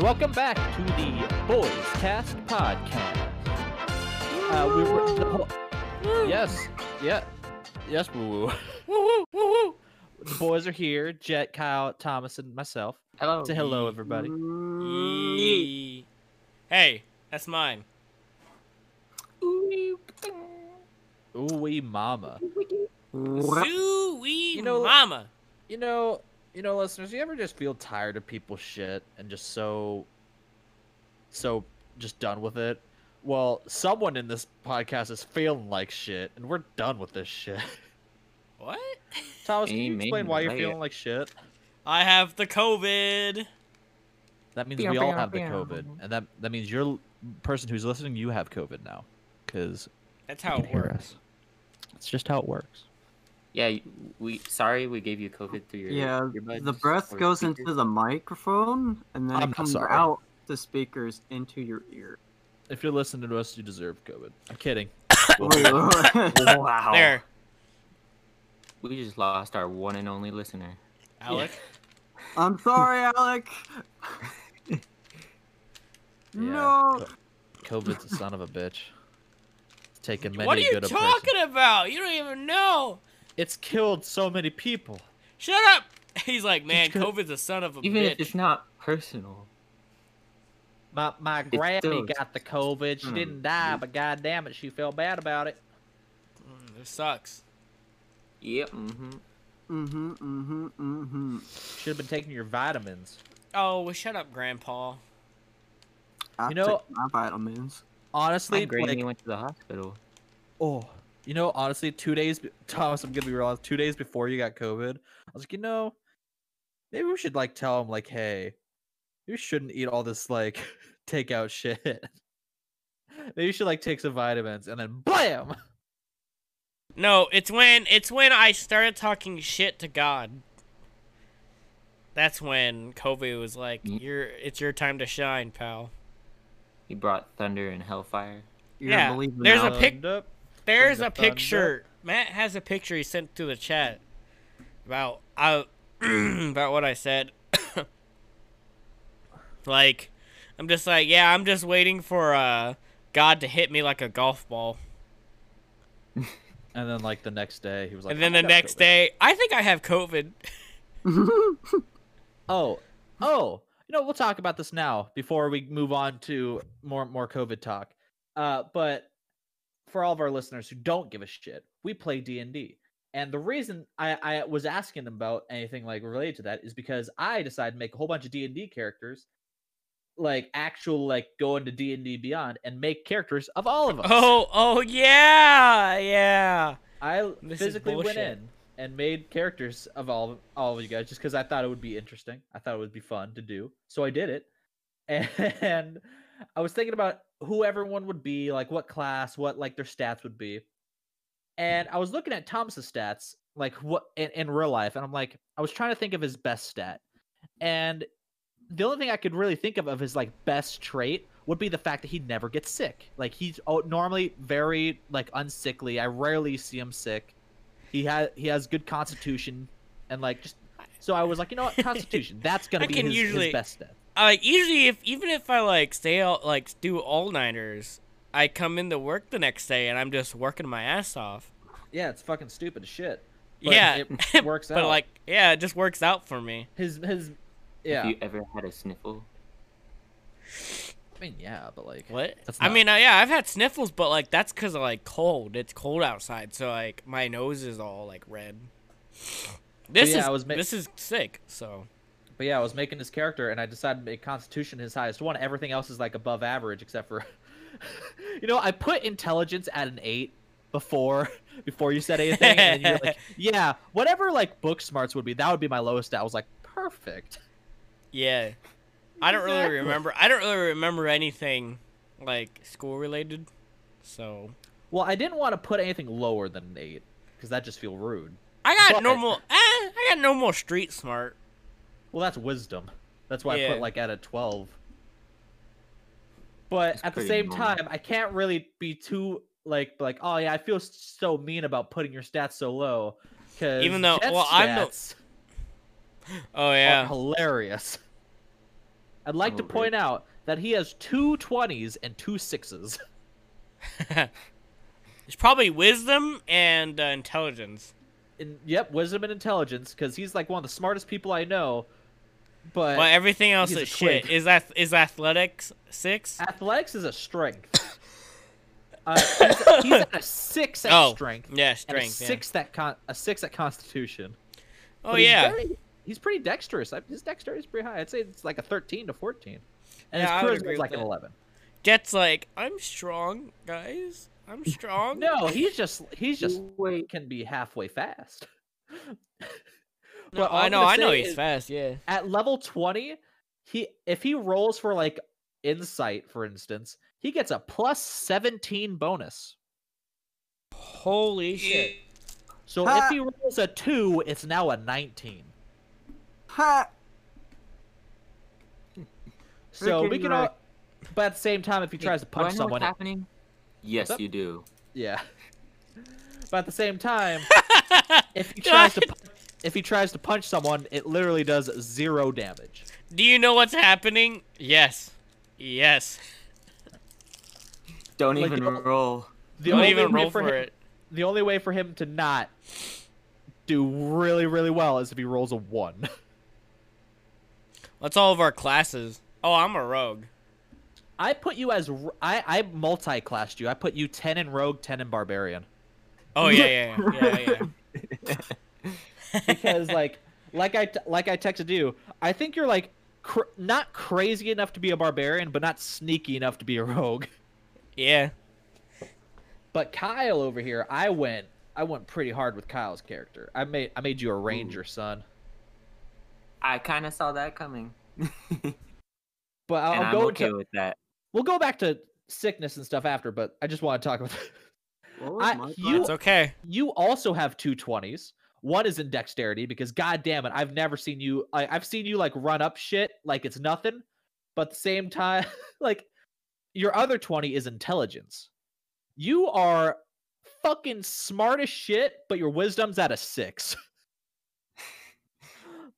Welcome back to the Boys Cast podcast. Uh, we were the whole- yes, yeah, yes, woo woo. The boys are here: Jet, Kyle, Thomas, and myself. Hello. Say hello, everybody. Yee. Hey, that's mine. Ooh, wee mama. Zooey You know- mama. You know, you know, listeners, you ever just feel tired of people's shit and just so, so just done with it? Well, someone in this podcast is feeling like shit, and we're done with this shit. What? Thomas, can you explain Amen, why you're right. feeling like shit? I have the COVID. That means Pew, we all pew, have the pew. COVID, and that that means your l- person who's listening, you have COVID now, because That's how it works. It's just how it works. Yeah, you- we sorry we gave you COVID through your Yeah, earbuds the breath or goes into speakers. the microphone and then I'm not it comes sorry. out the speakers into your ear. If you're listening to us, you deserve COVID. I'm kidding. wow. There, We just lost our one and only listener. Alec. I'm sorry, Alec. No. COVID's a son of a bitch. It's taken many What are you good a person- talking about? You don't even know. It's killed so many people. Shut up. He's like, man, COVID's a son of a Even bitch. if it's not personal. My my It's still- granny got the COVID. She Hmm. didn't die, but god damn it, she felt bad about it. Mm, it sucks. Yep. Mm-hmm. Mhm, mhm, mhm. Should have been taking your vitamins. Oh, well, shut up, Grandpa. I You know- took my vitamins. Honestly, My granny like, went to the hospital. oh, you know, honestly, two days, be- Thomas, I'm gonna be real. honest, Two days before you got COVID, I was like, you know, maybe we should like tell him like, hey, you shouldn't eat all this like takeout shit. maybe you should like take some vitamins, and then blam. No, it's when it's when I started talking shit to God. That's when COVID was like, Mm. "You're it's your time to shine, pal." He brought thunder and hellfire. You're Yeah, gonna believe me, there's a Alec. pic- Thumbed up. There's the a picture. Matt has a picture he sent to the chat about I, about what I said. like, I'm just like, yeah, I'm just waiting for uh God to hit me like a golf ball, And then like the next day, he was like, and then "Oh, I the got next COVID." day, I think I have COVID. oh, oh, you know, we'll talk about this now before we move on to more more COVID talk. Uh, but for all of our listeners who don't give a shit, we play D and D, and the reason I, I was asking them about anything like related to that is because I decided to make a whole bunch of D and D characters, like actual like go into D and D Beyond and make characters of all of us. Oh, oh yeah, yeah. I This is physically went bullshit. in and made characters of all all of you guys just because I thought it would be interesting. I thought it would be fun to do, so I did it. And I was thinking about who everyone would be, like what class, what like their stats would be. And I was looking at Thomas's stats, like what in, in real life, and I'm like, I was trying to think of his best stat, and the only thing I could really think of of his like best trait would be the fact that he never gets sick. Like he's oh, normally very like unsickly. I rarely see him sick. He has he has good constitution and like just so I was like, you know what, constitution. That's gonna I be can his, his usually- best stat. I like usually if even if I like stay out like do all nighters, I come into work the next day and I'm just working my ass off. Yeah, it's fucking stupid as shit. Yeah, it works But out. like, yeah, it just works out for me. his his If yeah. you ever had a sniffle, I mean, yeah, but like What? That's I not- mean, uh, yeah, I've had sniffles, but like that's because of like cold. It's cold outside, so like my nose is all like red. This yeah, is I was ma- this is sick. So But yeah, I was making his character, and I decided to make Constitution his highest one. Everything else is like above average, except for, you know, I put intelligence at an eight before before you said anything, and you're like, yeah, whatever like book smarts would be, that would be my lowest. Stat. I was like, perfect. yeah, I don't really Exactly. remember. I don't really remember anything like school related. So Well, I didn't want to put anything lower than an eight because that just feel rude. I got But- normal. Eh, I got normal street smart. Well, that's wisdom. That's why I Yeah. put like at a twelve. But That's at the pretty same normal. time, I can't really be too like like oh yeah, I feel s- so mean about putting your stats so low because Even though- well, I'm the- stats Oh are yeah, hilarious. I'd like to Alright. point out that he has two 20s and two sixes. It's probably wisdom and uh, intelligence. And yep, wisdom and intelligence, because he's like one of the smartest people I know. But Well, everything else he's a is shit. twig. Is that is athletics six? athletics is a strength. Uh, he's, he's at a six at Oh, strength. yeah, and a strength. yeah. six that con- a six at Constitution. Oh But he's yeah, very- he's pretty dexterous. I- His dexterity is pretty high. I'd say it's like a thirteen to fourteen, and Yeah, I would his charisma agree is with like an that. eleven. Jet's like I'm strong, guys. I'm strong. No, he's just he's just Wait. can be halfway fast. No, all I I'm know, gonna I know say he's is fast. Yeah. At level twenty, he if he rolls for like insight, for instance, he gets a plus seventeen bonus. Holy shit. So Ha! if he rolls a two, it's now a nineteen. Ha! So we Freaking can wreck. all. But at the same time, if he tries to Do I punch know what's someone, it- happening? Yes, up? you do. Yeah. But at the same time, if he tries to pu- if he tries to punch someone, it literally does zero damage. Do you know what's happening? Yes. Yes. Don't Like, even you know- roll. The Don't only even way roll for, for him, it. The only way for him to not do really really well is if he rolls a one. That's all of our classes. Oh, I'm a rogue. I put you as r- I I multi-classed you. I put you ten in rogue, ten in barbarian Oh yeah, yeah, yeah, yeah. yeah. because like like I t- like I texted you. I think you're like cr- not crazy enough to be a barbarian, but not sneaky enough to be a rogue. yeah. But Kyle over here, I went I went pretty hard with Kyle's character. I made I made you a ranger, son. I kind of saw that coming. and But I'll, I'll I'm go okay to with that. we'll go back to sickness and stuff after, but I just want to talk about What I- was my you- class? It's okay. You also have two twenties. One is in dexterity because god damn it, I've never seen you I, I've seen you like run up shit like it's nothing, but at the same time like your other 20 is intelligence. You are fucking smart as shit, but your wisdom's at a 6.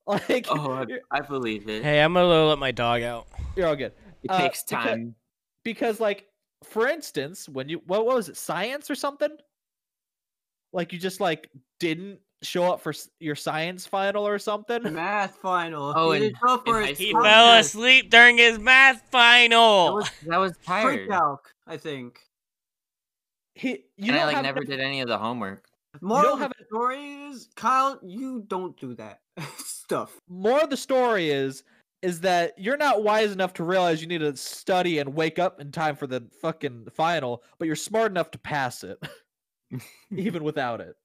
like Oh, I, you're- I believe it. Hey, I'm gonna let my dog out. You're all good. it uh, takes because- time. Because like, for instance, when you what, what was it, science or something? Like you just like didn't show up for s- your science final or something. math final. Oh, he in- didn't go for in his high He school. calc. fell asleep during his math Oh, That final. was I was free tired. calc, I think. He, you And don't I like have never enough- did any of the homework. Moral have of the story is, Kyle, you don't do that stuff. More of the story is is that you're not wise enough to realize you need to study and wake up in time for the fucking final, but you're smart enough to pass it, even without it.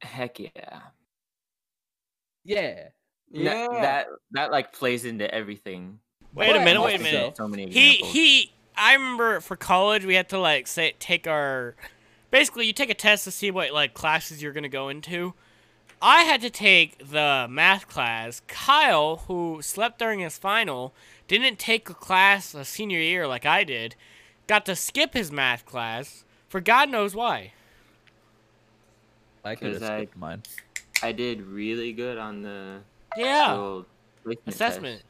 Heck yeah. Yeah. Na- Yeah. that that like plays into everything. Wait a But minute, wait a also- minute. So many He examples. he. I remember for college we had to like say take our. Basically, you take a test to see what like classes you're gonna go into. I had to take the math class. Kyle, who slept during his final, didn't take a class a senior year like I did. Got to skip his math class for God knows why. I could have 'Cause I- skipped mine. I did really good on the Yeah, little placement test. assessment.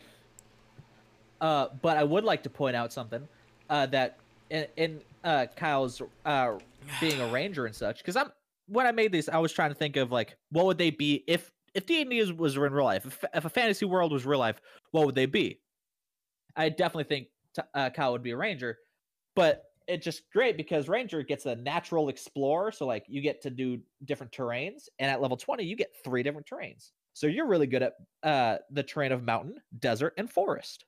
Uh, but I would like to point out something uh, that in, in uh, Kyle's uh, being a ranger and such, because I'm when I made these, I was trying to think of like what would they be if if D and D was in real life, if, if a fantasy world was real life, what would they be? I definitely think t- uh, Kyle would be a ranger, but it's just great because ranger gets a natural explorer, so like you get to do different terrains, and at level twenty you get three different terrains. So you're really good at uh, the terrain of mountain, desert, and forest.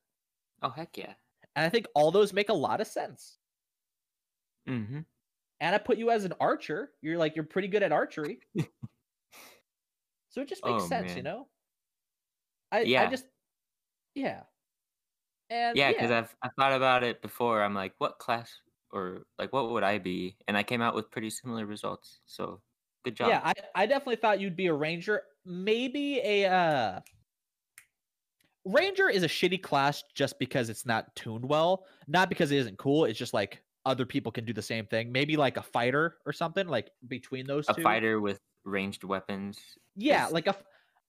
Oh heck yeah. And I think all those make a lot of sense. Mm-hmm. And I put you as an archer. You're like you're pretty good at archery. so it just makes Oh, sense, you man. know? I I Yeah. just Yeah. And Yeah, yeah, because I've I thought about it before. I'm like, what class or like what would I be? And I came out with pretty similar results. So good job. yeah, I, I definitely thought you'd be a ranger. Maybe a uh Ranger is a shitty class just because it's not tuned well. Not because it isn't cool. It's just like other people can do the same thing. Maybe like a fighter or something, like between those a two. fighter with ranged weapons. Yeah, is- like a f-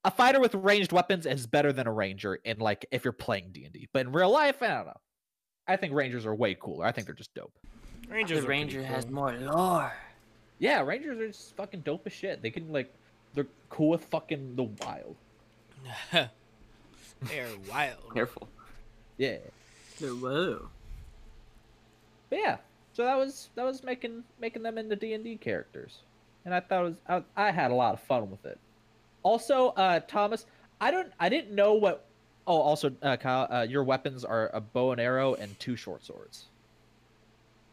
a fighter with ranged weapons is better than a ranger in like if you're playing D&D. But in real life, I don't know. I think rangers are way cooler. I think they're just dope. Rangers. the are pretty ranger has cool. more lore. Yeah, rangers are just fucking dope as shit. They can like they're cool with fucking the wild. They're wild. Careful. Yeah. Whoa. But yeah, so that was that was making making them into D and D characters, and I thought it was I, I had a lot of fun with it. Also, uh, Thomas, I don't I didn't know what. Oh, also, uh, Kyle, uh, your weapons are a bow and arrow and two short swords.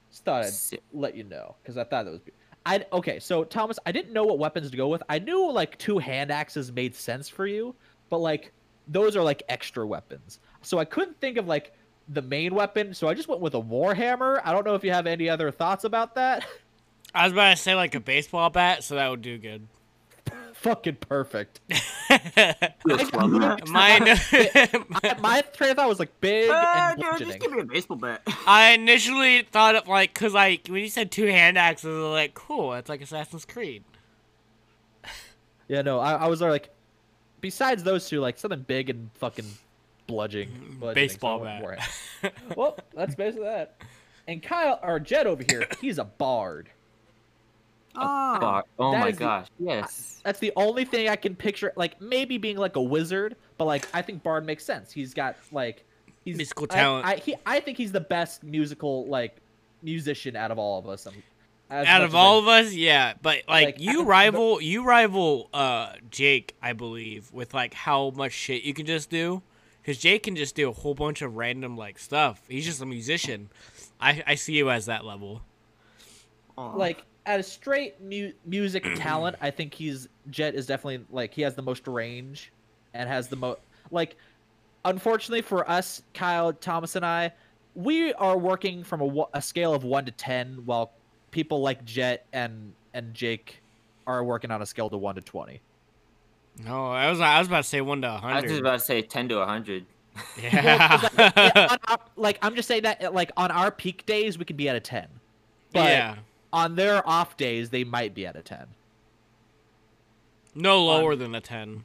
Just thought I'd Sick. let you know because I thought that was. Be- I okay, so Thomas, I didn't know what weapons to go with. I knew like two hand axes made sense for you, but like those are like extra weapons. So I couldn't think of like the main weapon, so I just went with a warhammer. I don't know if you have any other thoughts about that. I was about to say like a baseball bat, so that would do good. Fucking perfect. Mine. I- my train of thought was like big Uh, and dude, just bludgeoning. give me a baseball bat. I initially thought of like, cause like when you said two hand axes, I was like, cool, it's like Assassin's Creed. Yeah, no, I, I was there, like, besides those two, like something big and fucking bludgeoning. bludgeoning so Mm, Baseball I went bat. warhammer. well, that's basically that. And Kyle, or Jed over here, he's a bard. Oh, Bar- Oh That my is the- gosh. Yes. That's the only thing I can picture, like maybe being like a wizard, but like I think Bard makes sense. He's got like he's Musical I- talent. I he, I think he's the best musical like musician out of all of us. I'm- as Out much of as I- all of us, yeah, but like, Like, out you of the- rival, you rival uh Jake, I believe, with like how much shit you can just do, cause Jake can just do a whole bunch of random like stuff. He's just a musician. I I see you as that level. Aw. like at a straight mu- music talent, I think he's Jet is definitely like he has the most range and has the most like. Unfortunately for us, Kyle, Thomas, and I, we are working from a, wa- a scale of one to ten, while people like Jet and and Jake are working on a scale to one to twenty. No, I was I was about to say one to a I was just hundred. about to say 10 to 100. Yeah, Yeah, on our- like I'm just saying that like on our peak days we could be at a ten, but yeah, on their off days they might be at a ten. no lower than a ten.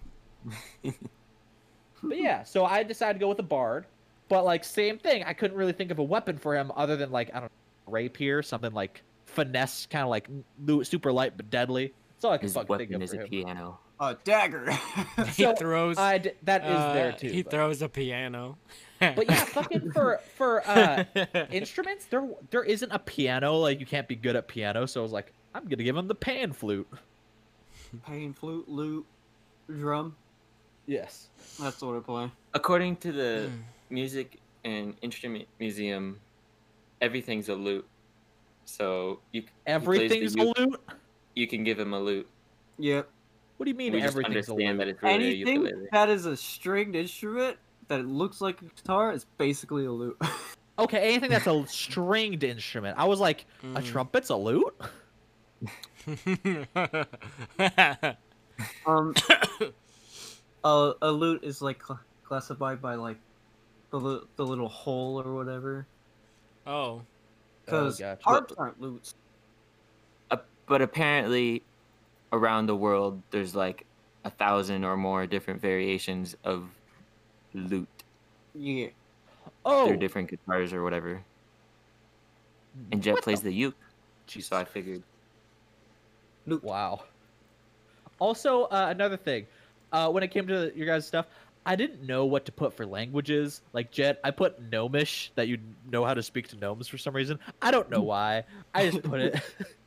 But yeah, so I decided to go with a bard. But like same thing, I couldn't really think of a weapon for him other than like I don't know, rapier, something like finesse, kind of like lu- super light but deadly. That's all I could His fucking think weapon of is for a him. piano. a dagger. He So, throws. I d- that is there uh, too. He but. throws a piano. but yeah, fucking for for uh, instruments, there there isn't a piano. Like you can't be good at piano, so I was like, I'm gonna give him the pan flute. Pain, flute, lute, drum. Yes. That's what I play. According to the music and instrument museum, everything's a lute. So you c- he plays the Everything's a u- lute. You can give him a lute. Yep. What do you mean We just everything's a lute? understand that it's really a Anything ukulele. that is a stringed instrument that looks like a guitar is basically a lute. Okay, anything that's a stringed instrument. I was like, Mm. a trumpet's a lute? um, a, a lute is like cl- classified by like the, li- the little hole or whatever. oh. Because gotcha. harps aren't lutes. Uh, but apparently, around the world, there's like a thousand or more different variations of lute. Yeah. Oh, They're different guitars or whatever. And Jet plays the uke, so I figured. Wow. Also, uh, another thing, uh, when it came to your guys' stuff, I didn't know what to put for languages. Like Jet, I put gnomish that you know how to speak to gnomes for some reason. I don't know why. I just put it.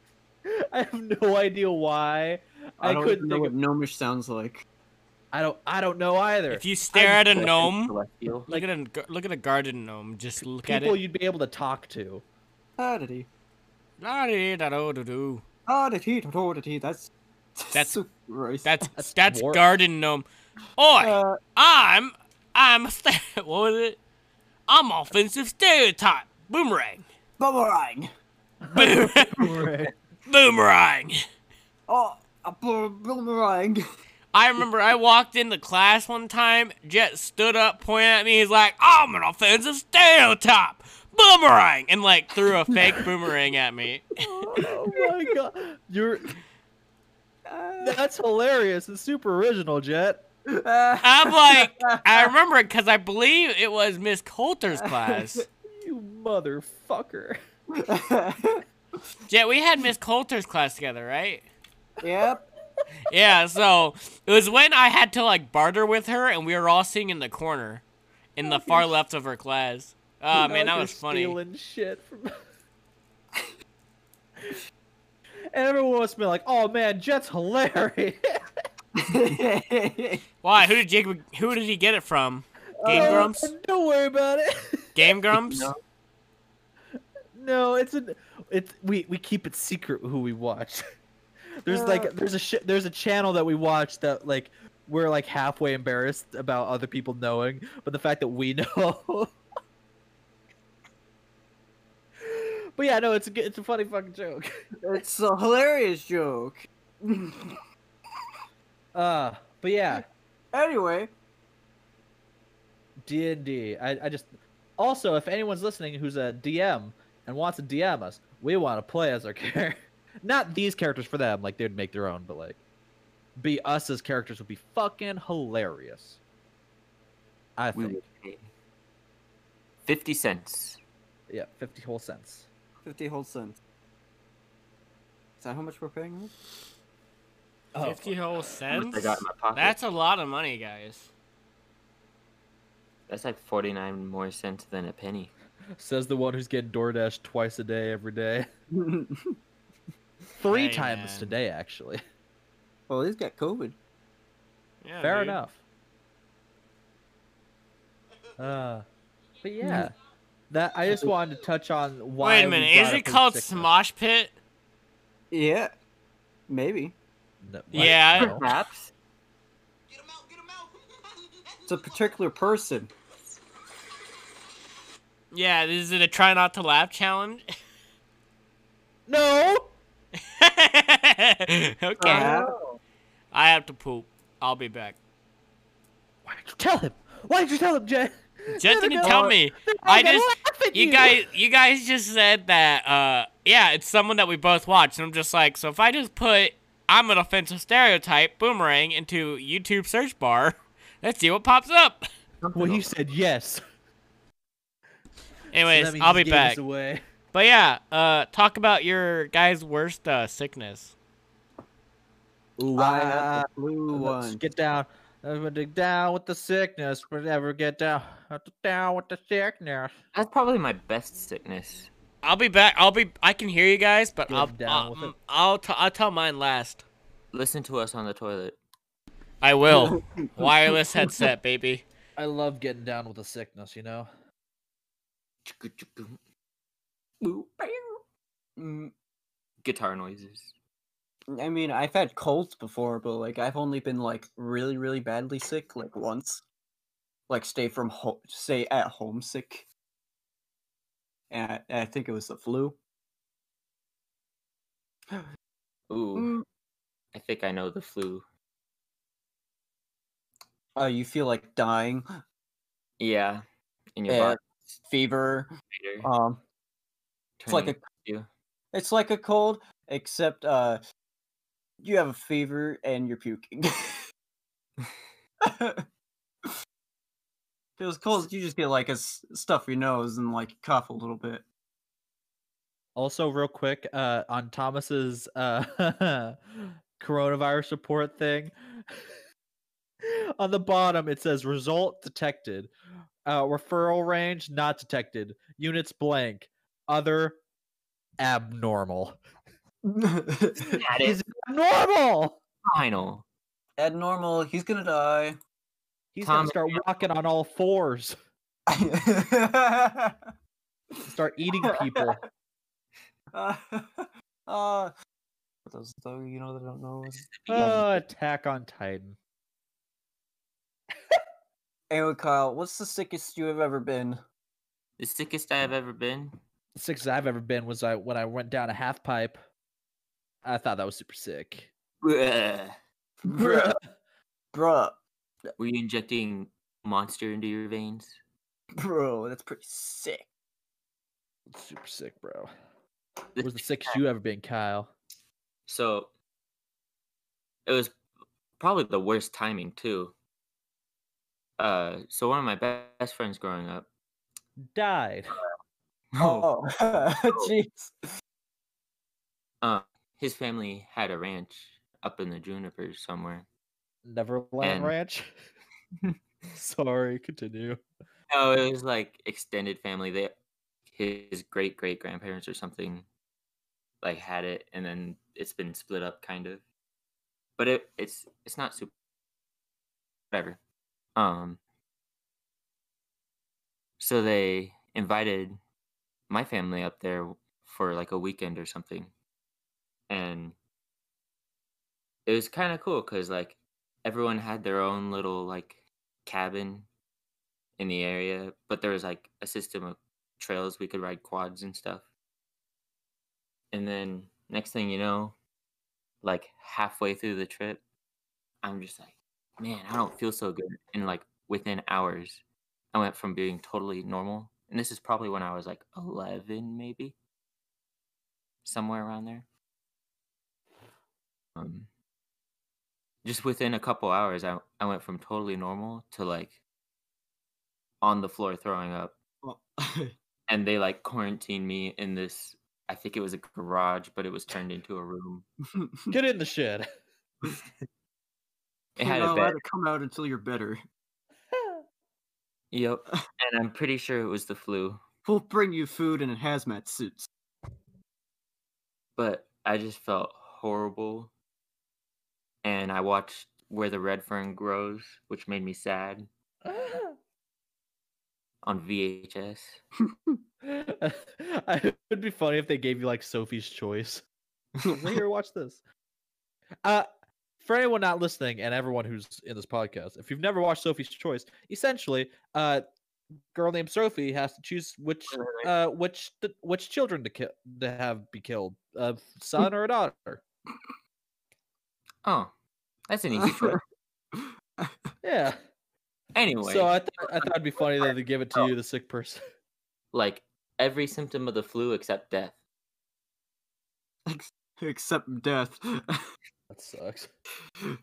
I have no idea why. I, I, don't couldn't even know think. what Of, gnomish sounds like. I don't. I don't know either. If you stare at a Like, gnome, celestial. look at a g- look at a garden gnome. Just look at People it. you'd be able to talk to. Oddity. La-di-da-do-do-do. Oddity. Oddity. That's. That's- Christ. That's That's that's dwarf. garden gnome. Oi, Uh, I'm I'm a st- what was it? I'm offensive stereotype. Boomerang. boomerang. Boom- Boomerang. Oh, a bo- boomerang. I remember I walked into class one time, Jet stood up, pointed at me, he's like, I'm an offensive stereotype! Boomerang! And like threw a fake boomerang at me. oh my god! You're Uh, that's hilarious and super original, Jet. I'm like, I remember it because I believe it was Miss Coulter's class. You motherfucker. Yeah, we had Miss Coulter's class together, right? yep. Yeah, so it was when I had to like barter with her, and we were all sitting in the corner, in the far left of her class. Oh man, that You're was funny. Stealing shit from. and everyone must be like, "Oh man, Jet's hilarious." Why? Who did Jacob? Who did he get it from? Game Oh, Grumps. Don't worry about it. Game Grumps. No. no, it's a, it's we we keep it secret who we watch. there's like there's a sh- there's a channel that we watch that like we're like halfway embarrassed about other people knowing, but the fact that we know. but yeah, no, it's a good- it's a funny fucking joke. It's a hilarious joke. Uh, but yeah, Anyway, D and D. I I just also if anyone's listening who's a DM and wants to DM us, we want to play as our character. Not these characters for them, like they'd make their own, but like be us as characters would be fucking hilarious. I we think. would pay fifty cents. Yeah, fifty whole cents. 50 whole cents. Is that how much we're paying? them? Fifty whole How much cents. I got in my pocket. That's a lot of money, guys. That's like forty nine more cents than a penny. Says the one who's getting DoorDash twice a day every day. Three Hey, times man. today, actually. well, he's got COVID. Yeah, Fair dude. enough. Uh, but yeah, that I just wanted to touch on why. Wait a we minute, brought is up it his called sickness. Smosh Pit? Yeah. Maybe. No, what? Yeah. No. Perhaps. It's a particular person. Yeah, is it a try not to laugh challenge? No! okay. Uh-huh. Uh, I have to poop. I'll be back. Why did you tell him? Why did you tell him, Jet? Jet They're didn't gonna- tell me. they're I gonna just laugh at you guys you guys just said that uh yeah, it's someone that we both watch and I'm just like, so if I just put I'm an offensive stereotype boomerang into YouTube search bar, let's see what pops up. Well, you said yes. So that Anyways, means I'll you be gave us back. Away. But yeah, uh talk about your guys' worst uh sickness. Ooh, I got the blue Ah, Let's one. get down. Let's dig down with the sickness. We'll never get down. Down with the sickness. That's probably my best sickness. I'll be back. I'll be I can hear you guys, but Good, I'll down I'll, with it. I'll, t- I'll tell mine last. Listen to us on the toilet. I will. Wireless headset, baby. I love getting down with the sickness, you know? Mm, Guitar noises. I mean, I've had colds before, but like I've only been like really, really badly sick like once. Like stay from home, stay at home sick. And I, I think it was the flu. Mm. Ooh, I think I know the flu. Oh, you feel like dying, Yeah, in your Yeah. body. fever. later, Um, it's like a turning you. It's like a cold, except uh you have a fever and you're puking. Feels cold, you just get like a s- stuff your nose and like cough a little bit. Also, real quick, uh, on Thomas's uh, coronavirus report thing, on the bottom it says result detected, uh, referral range not detected, units blank, other abnormal. Got it. He's abnormal. Final. At normal, he's gonna die. He's Thomas- gonna start walking on all fours, start eating people. uh, uh, for those though you know that don't know. oh, Attack on Titan. Anyway, Kyle, what's the sickest you have ever been? The sickest I have ever been. The sickest I've ever been was I when I went down a half pipe. I thought that was super sick. Bruh. Bruh. Bruh. Were you injecting monster into your veins? Bro, that's pretty sick. Super sick, bro. The What was the sickest you ever been, Kyle? So it was probably the worst timing too. uh, so one of my be- best friends growing up. Died. Oh, jeez. Uh, his family had a ranch up in the junipers somewhere. Neverland And- Ranch. Sorry, continue. No, it was like extended family. They, his great great grandparents or something, like had it, and then it's been split up kind of. But it it's it's not super. Whatever. Um. So they invited my family up there for like a weekend or something, and it was kind of cool because like everyone had their own little like cabin in the area, but there was like a system of trails we could ride quads and stuff. And then next thing you know, like halfway through the trip, I'm just like, man, I don't feel so good. And like within hours, I went from being totally normal, and this is probably when I was like 11, maybe somewhere around there. Um, just within a couple hours, I, I went from totally normal to like on the floor throwing up Oh. and they like quarantined me in this i think it was a garage but it was turned into a room Get in the shed. it You're had not a allowed bed to come out until you're better. yep and i'm pretty sure it was the flu We'll bring you food and hazmat suits. but i just felt horrible and i watched where the red fern grows which made me sad on vhs it would be funny if they gave you like Sophie's Choice. Here, watch this. Uh, for anyone not listening and everyone who's in this podcast, if you've never watched Sophie's Choice, essentially, uh, girl named Sophie has to choose which uh which th- which children to kill to have be killed, Hmm. a son or a daughter. oh that's an easy choice Yeah. anyway So I th- I thought it'd be funny that they give it to you, the sick person. like every symptom of the flu except death Ex- Except death. That sucks. and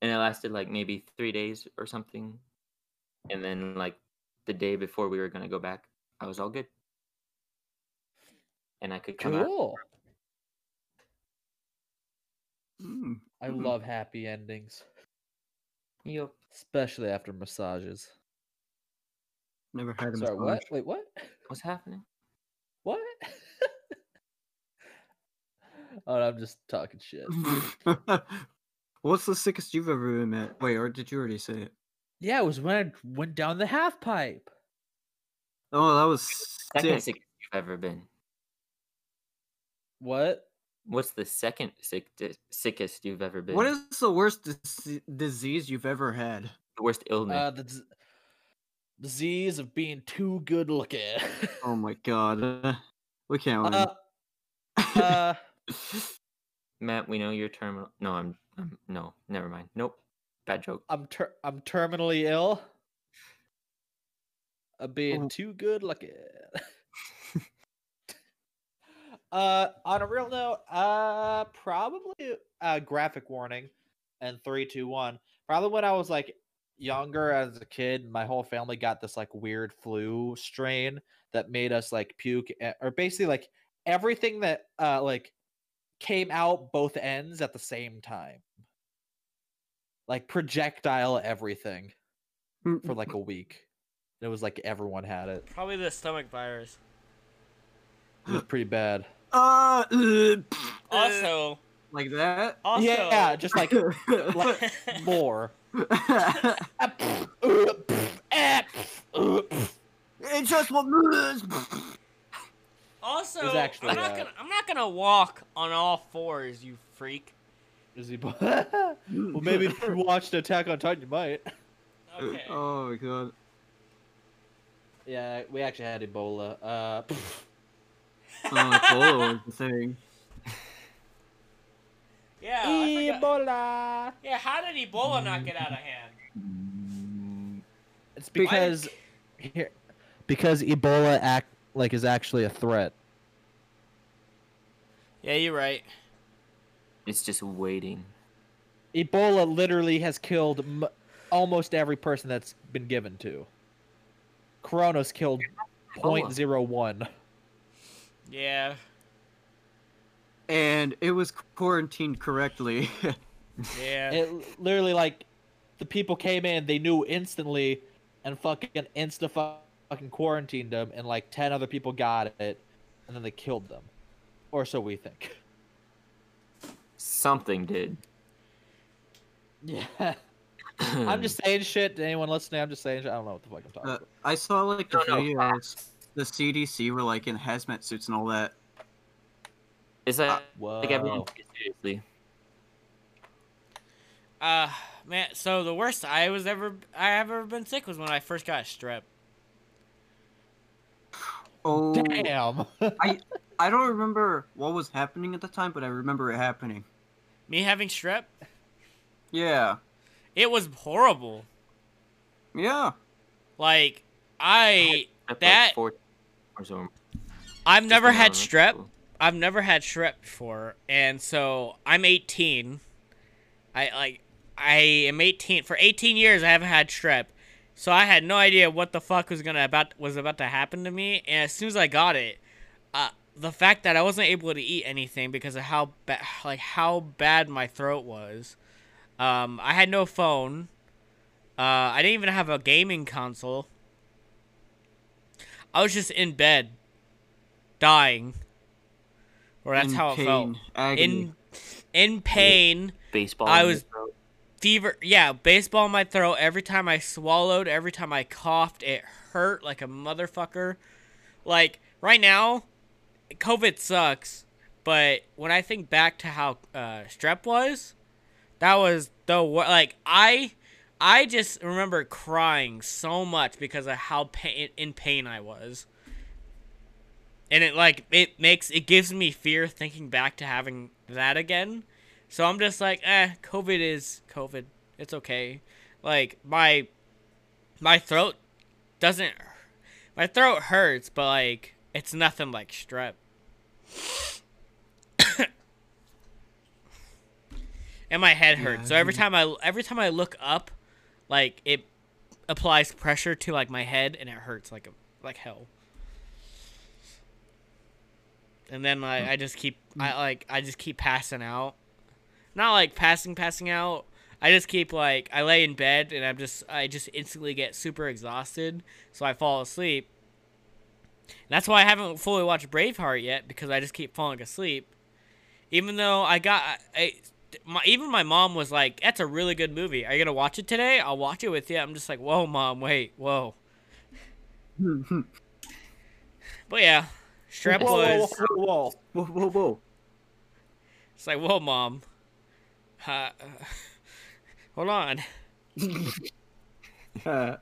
it lasted like maybe three days or something. And then like the day before we were gonna go back, I was all good, and I could come out. Cool. Hmm. I Mhm. love happy endings, Yup. especially after massages. Never had a Sorry, what? massage. Wait, what? What's happening? What? oh, I'm just talking shit. What's the sickest you've ever been at? Wait, or did you already say it? Yeah, it was when I went down the half pipe. Oh, that was Second sick. sick you've ever been. What? What's the second sick di- sickest you've ever been? What is the worst dis- disease you've ever had? the worst illness? Uh, the d- disease of being too good looking. Oh my god. uh, We can't win. uh, uh, Matt, we know your terminal. No, I'm, I'm. No, never mind. Nope. Bad joke. I'm ter- I'm terminally ill. Of being Oh. too good looking. uh, on a real note, uh, probably uh, graphic warning, and three, two, one. Probably when I was like younger as a kid, my whole family got this like weird flu strain that made us like puke, eh, or basically like everything that uh like came out both ends at the same time like projectile everything for like a week. It was like everyone had it. Probably the stomach virus. It was pretty bad. Uh, uh, Also, like that? also, yeah, just like like more. Ah, pff, uh, pff, ah, pff, uh, pff. it's just what. also, It was actually, I'm not uh, gonna, I'm not gonna walk on all fours, you freak. Is he- well, maybe if you watched Attack on Titan, you might. Okay. Oh my god. Yeah, we actually had Ebola. Uh, pff, Oh, Ebola was the thing. Yeah. I forgot- Ebola. yeah. How did Ebola not get out of hand? It's Be- because here, because Ebola act like is actually a threat. Yeah, you're right. It's just waiting. Ebola literally has killed m- almost every person that's been given to. Corona's killed Ebola. 0.01. Yeah. And it was quarantined correctly. Yeah. It literally like the people came in, they knew instantly, and fucking insta fucking quarantined them, and like ten other people got it, and then they killed them, or so we think. Something did. Yeah, I'm just saying shit to anyone listening. I'm just saying shit. I don't know what the fuck I'm talking Uh, about. I saw like the No, no, videos, the CDC were like in hazmat suits and all that. It's like, Whoa. like everyone took it seriously. Uh, man. So the worst I was ever I ever been sick was when I first got strep. Oh, Damn. I don't remember what was happening at the time, but I remember it happening. Me having strep, Yeah, it was horrible. yeah. Like I Except, That- Like four or so. I've never Just had around strep. people. I've never had strep before, and so I'm 18. I like I am 18 for 18 years. I haven't had strep, so I had no idea what the fuck was gonna about was about to happen to me. And as soon as I got it, uh, the fact that I wasn't able to eat anything because of how bad like how bad my throat was. Um, I had no phone. Uh, I didn't even have a gaming console. I was just in bed, dying. Or that's In how it pain, felt. Agony. In in pain, Baseball. I in your was- Oh, throat. fever. Yeah, baseball in my throat. Every time I swallowed, every time I coughed, it hurt like a motherfucker. Like right now, COVID sucks. But when I think back to how uh, strep was, that was the wor- like I, I just remember crying so much because of how pain in pain I was. And it like it makes it gives me fear thinking back to having that again. So I'm just like, eh, COVID is COVID. It's okay. Like my my throat doesn't my throat hurts, but like it's nothing like strep. and my head hurts. so every time I every time I look up, like it applies pressure to like my head and it hurts like a like hell. And then I, I just keep I like I just keep passing out not like passing passing out i just keep like i lay in bed and i'm just i just instantly get super exhausted so i fall asleep And that's why i haven't fully watched braveheart yet because i just keep falling asleep even though i got I, my, even my mom was like that's a really good movie are you gonna watch it today i'll watch it with you i'm just like whoa mom wait whoa whoa, but yeah strep Whoa, whoa, was whoa, whoa. whoa, whoa. it's like whoa mom uh, uh, hold on Uh,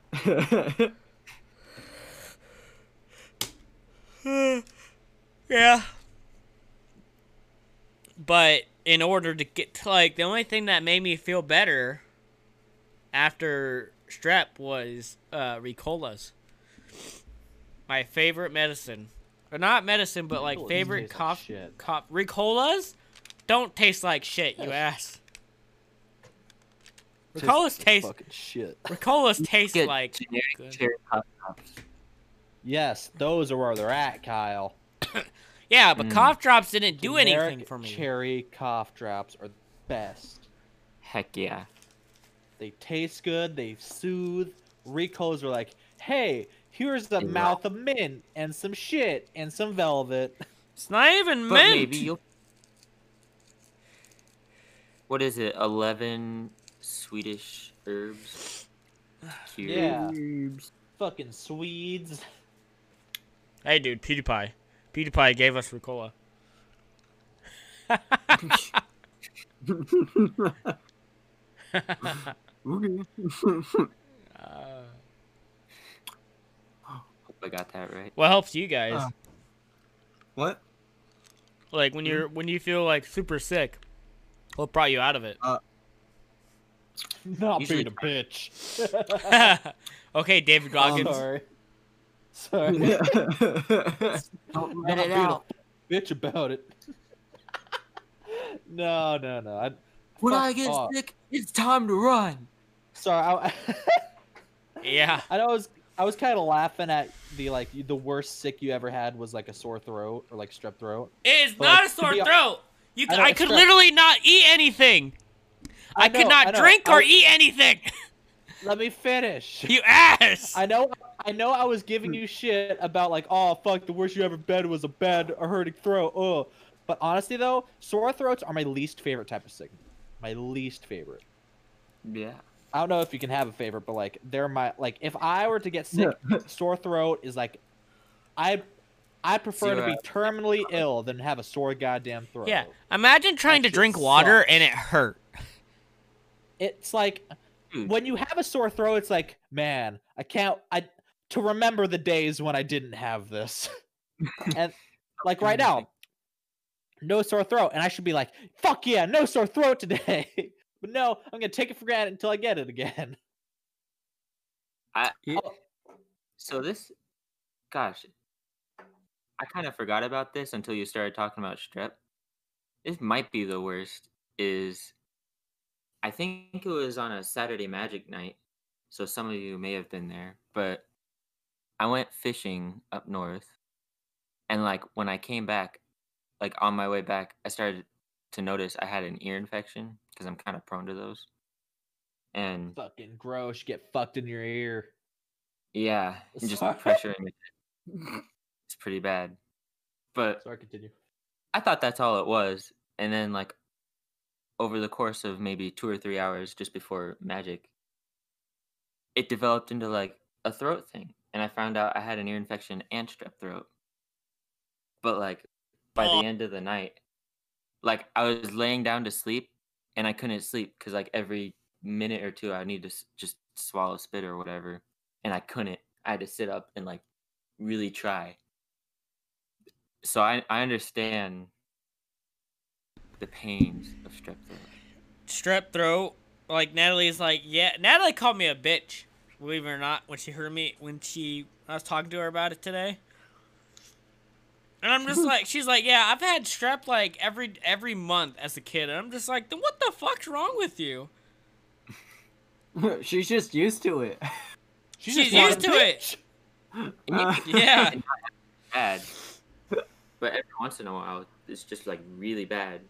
Yeah. But in order to get to, like the only thing that made me feel better after strep was uh Ricola's. My favorite medicine. Or not medicine, but like Ricola doesn't favorite taste like cough shit. cough Ricola's don't taste like shit, you ass. Ricola's taste Fucking shit. Ricola's taste Get like generic good. cherry pop pops. Yes, those are where they're at, Kyle. Yeah, but Mm. cough drops didn't do Hmm. Generic anything for me. Cherry cough drops are the best. Heck yeah. They taste good. They soothe. Rico's were like, hey, here's the Yeah. mouth of mint and some shit and some velvet. It's not even But mint. maybe you'll. What is it? Eleven Swedish herbs. Cure. Yeah. Fucking Swedes. Hey, dude, PewDiePie. PewDiePie gave us Ricola. Okay. Uh, Hope I got that right. What helps you guys? Uh. what? like hmm? when you're when you feel like super sick, what brought you out of it? Not Usually- being a bitch. okay, David Goggins. Sorry. Sorry. Don't Not being a bitch about it. no, no, no. I, When Fuck I get off. sick, it's time to run. So I, Yeah. I know I was I was kind of laughing at the like the worst sick you ever had was like a sore throat or like strep throat. It is But not a to sore be hon- throat. You, I c- know, I, it's could strep. literally not eat anything. I, could know, not know. drink I- or eat anything. Let me finish. you ass. I know I know I was giving you shit about like oh fuck the worst you ever been was a bad a hurting throat. Oh, but honestly though, sore throats are my least favorite type of sickness. My least favorite. Yeah. I don't know if you can have a favorite, but like they're my like if I were to get sick, sore throat is like I I prefer to Zero. be terminally ill than have a sore goddamn throat. yeah. Imagine trying That to shit drink water sucks. and it hurt. It's like Hmm. Mm. when you have a sore throat, it's like, man, I can't I to remember the days when I didn't have this. and like right Hmm. now, no sore throat. And I should be like, fuck yeah, no sore throat today. but no, I'm gonna take it for granted until I get it again. oh, So this, gosh, I kind of forgot about this until you started talking about strep. This might be the worst. Is I think it was on a Saturday Magic night, so some of you may have been there. But I went fishing up north, and like when I came back, like on my way back, I started to notice I had an ear infection because I'm kind of prone to those. And Fucking gross, you get fucked in your ear. yeah, and just Sorry. pressuring it. It's pretty bad. But Sorry, continue. I thought that's all it was. And then, like, over the course of maybe two or three hours just before magic, it developed into like a throat thing. And I found out I had an ear infection and strep throat. But, like, by Oh. the end of the night, like, I was laying down to sleep and I couldn't sleep because, like, every minute or two, I need to s- just swallow spit or whatever. And I couldn't. I had to sit up and, like, really try so I, I understand the pains of strep throat. Strep throat. Like Natalie's like, yeah. Natalie called me a bitch. Believe it or not, when she heard me, when she, I was talking to her about it today. And I'm just like, she's like, yeah, I've had strep like every every month as a kid, and I'm just like, then what the fuck's wrong with you? She's just used to it. She's, She's not a used to bitch. it. Uh, Yeah. Bad. But every once in a while, it's just like really bad.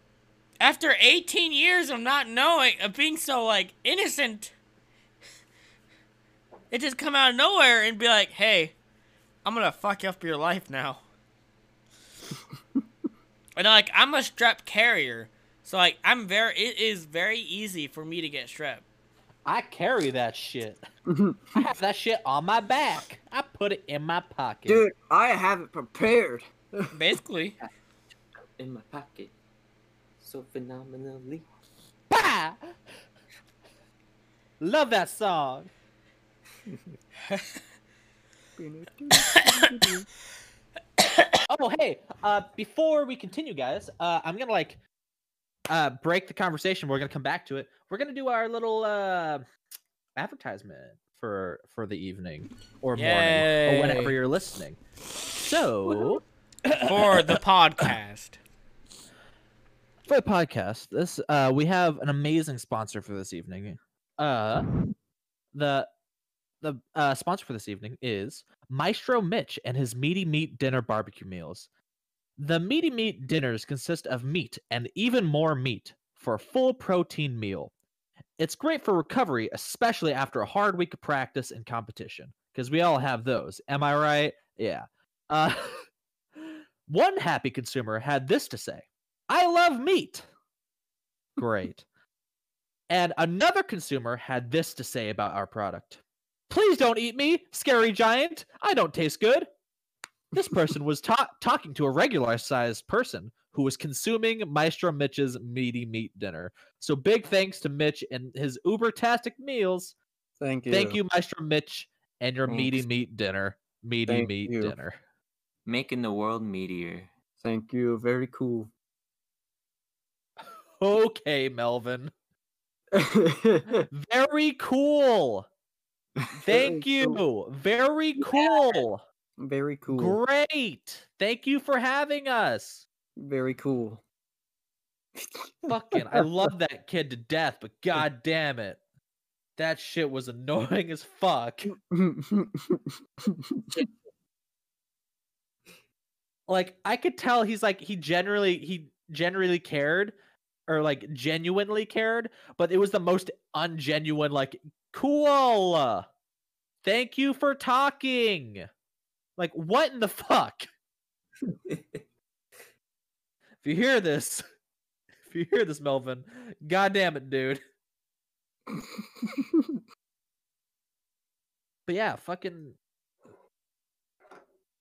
after 18 years of not knowing of being so like innocent it just come out of nowhere and be like hey i'm gonna fuck up your life now and like i'm a strep carrier so like i'm very it is very easy for me to get strep I carry that shit. I have that shit on my back. I put it in my pocket. Dude, I have it prepared. basically In my pocket. So phenomenally. Bah! Love that song. Oh, hey, uh, before we continue, guys, uh, I'm gonna like uh, break the conversation. We're gonna come back to it. We're gonna do our little uh, advertisement for for the evening or morning or whenever Yay. you're listening. So for the podcast for the podcast, this uh, we have an amazing sponsor for this evening. Uh, the the uh, sponsor for this evening is Maestro Mitch and his meaty meat dinner barbecue meals. The meaty meat dinners consist of meat and even more meat for a full protein meal. It's great for recovery, especially after a hard week of practice and competition, because we all have those. Am I right? Yeah. Uh, one happy consumer had this to say. I love meat. Great. and another consumer had this to say about our product Please don't eat me, scary giant. I don't taste good. This person was ta- talking to a regular sized person who was consuming Maestro Mitch's meaty meat dinner. So big thanks to Mitch and his uber tastic meals. Thank you. Thank you, Maestro Mitch, and your meaty Thanks. meat dinner. Meaty Thank meat you. dinner. Making the world meatier. Thank you. Very cool. Okay, Melvin. Very cool. Thank Very cool. you. Very Yeah. cool. Very cool. Great. Thank you for having us. Very cool. Fucking, I love that kid to death, but god damn it. That shit was annoying as fuck. Like I could tell he's like he generally he generally cared or like genuinely cared, but it was the most ungenuine like cool. Thank you for talking. Like what in the fuck? If you hear this, if you hear this, Melvin, god damn it, dude. But yeah, fucking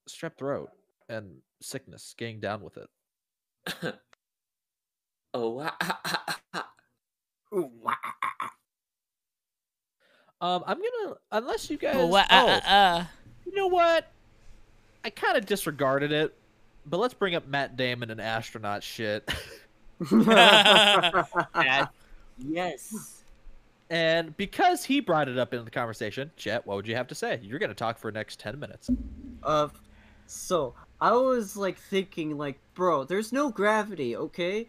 strep throat and sickness, getting down with it. oh wow. Um, I'm gonna unless you guys, Well, wha- oh, uh, uh, uh. you know what? I kind of disregarded it, but let's bring up Matt Damon and astronaut shit. Oh. uh. yes. And because he brought it up in the conversation, Jet, what would you have to say? You're gonna talk for the next ten minutes. of so I was like thinking like bro there's no gravity okay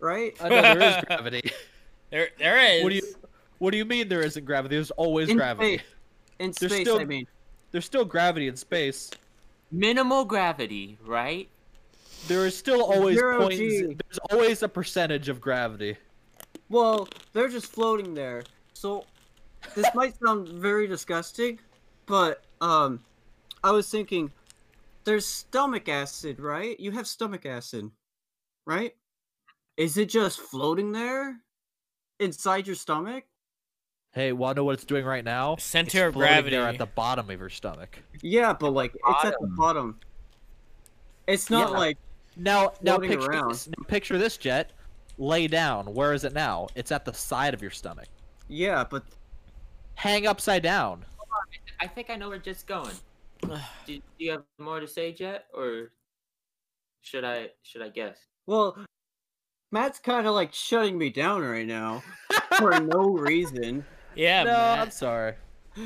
right Uh, I know there is gravity. There, there is. What do you What do you mean there isn't gravity? There's always in gravity. space in There's space still- I mean There's still gravity in space. Minimal gravity, right? There is still always Zero points. G. There's always a percentage of gravity. well they're just floating there so this might sound very disgusting but um I was thinking there's stomach acid right you have stomach acid right is it just floating there inside your stomach Hey, wanna know what it's doing right now? It's Center of floating gravity. there at the bottom of your stomach. Yeah, but like it's at the bottom. It's not Yeah. like Now, now Floating picture around. this. now picture this, Jet. Lay down. Where is it now? It's at the side of your stomach. yeah, but Hang upside down. I think I know where Jet's going. do, do you have more to say, Jet, or should I should I guess? well, Matt's kind of like shutting me down right now for no reason. yeah, no, I'm Matt. sorry.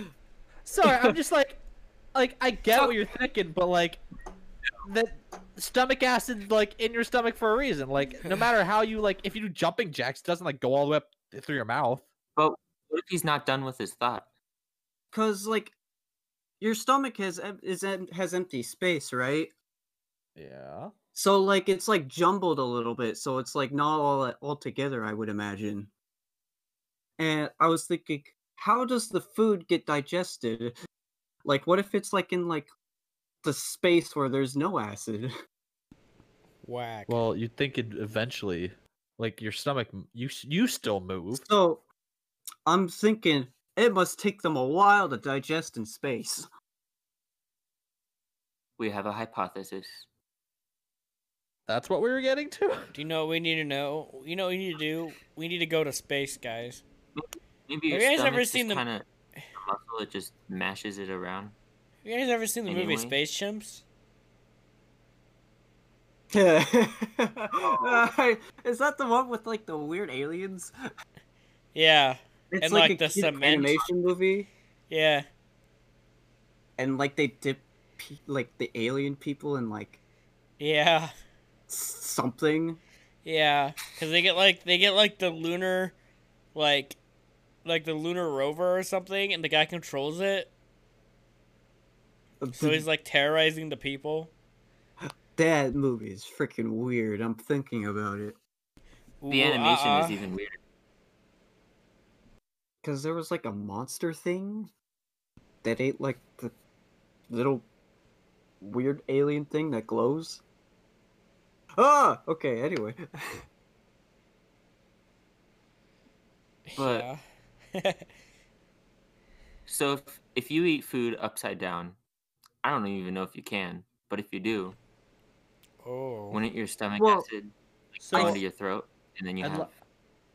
Sorry, I'm just like, like I get what you're thinking, but like, that stomach acid like in your stomach for a reason. Like, no matter how you like, if you do jumping jacks, it doesn't like go all the way up through your mouth. What if he's not done with his thought? Cause like your stomach has em- is em- has empty space, right? Yeah. So like it's like jumbled a little bit, so it's like not all all together. I would imagine. And I was thinking, how does the food get digested? Like, what if it's like in like the space where there's no acid? Whack. Well, you'd think it eventually, like your stomach, m- you s- you still move. So I'm thinking it must take them a while to digest in space. We have a hypothesis. That's what we were getting to. do you know what we need to know? You know what we need to do? We need to go to space, guys. Maybe your Have you guys ever stomach seen the- kind of muscle it just mashes it around. You guys ever seen the movie Anyway. Space Chimps? Oh. is that the one with like the weird aliens? Yeah, It's And, like, the kid cement. animation movie, yeah. and like they dip pe- like the alien people in like Yeah, s- something. yeah, because they get like they get like the lunar, like, like the lunar rover or something, and the guy controls it, so he's like terrorizing the people. that movie is freaking weird. I'm thinking about it The Ooh, animation uh-uh. is even weirder. because there was like a monster thing that ate like the little weird alien thing that glows. Ah, okay. Anyway, But- Yeah. So if if you eat food upside down, I don't even know if you can, but if you do, oh. wouldn't your stomach Well, acid So go into your throat and then you I'd have? li-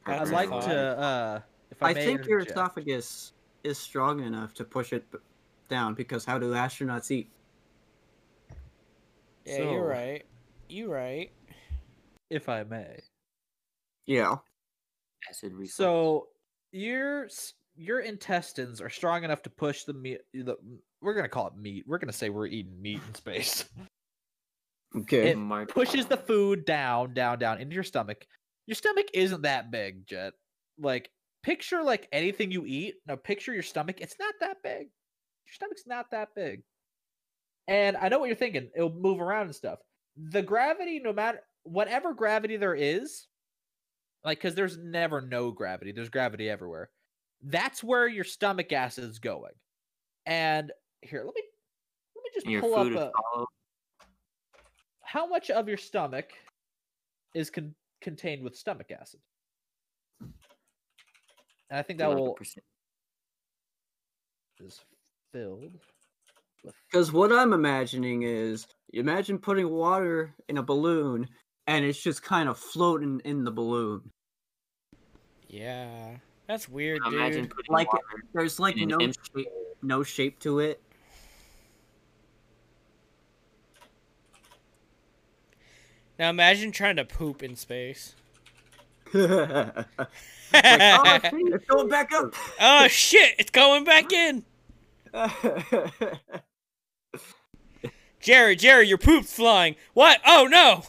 I'd I'd heartburn like or Alright. to, uh, if I, I may think your interject- esophagus is strong enough to push it b- down because how do astronauts eat? yeah, you're So- right. You're right. if I may. Yeah. acid reflux. So your s- your intestines are strong enough to push the meat. The, we're gonna call it meat. We're gonna say we're eating meat in space. Okay. it pushes the food down, down, down into your stomach. Your stomach isn't that big, Jet. Like picture like anything you eat. Now picture your stomach. It's not that big. Your stomach's not that big. And I know what you're thinking. It'll move around and stuff. The gravity, no matter whatever gravity there is, like because there's never no gravity. There's gravity everywhere. That's where your stomach acid is going. And here, let me let me just And your pull food is up a, all how much of your stomach is con- contained with stomach acid. And I think that will 200%. is filled with Because what I'm imagining is imagine putting water in a balloon and it's just kind of floating in the balloon. Yeah. That's weird, dude. Imagine putting Like- water There's like in no an empty shape, no shape to it. Now imagine trying to poop in space. Like, oh, oh see, it's going back up. Ah, Uh, shit, it's going back in. Jerry, Jerry, your poop's flying. What? Oh no.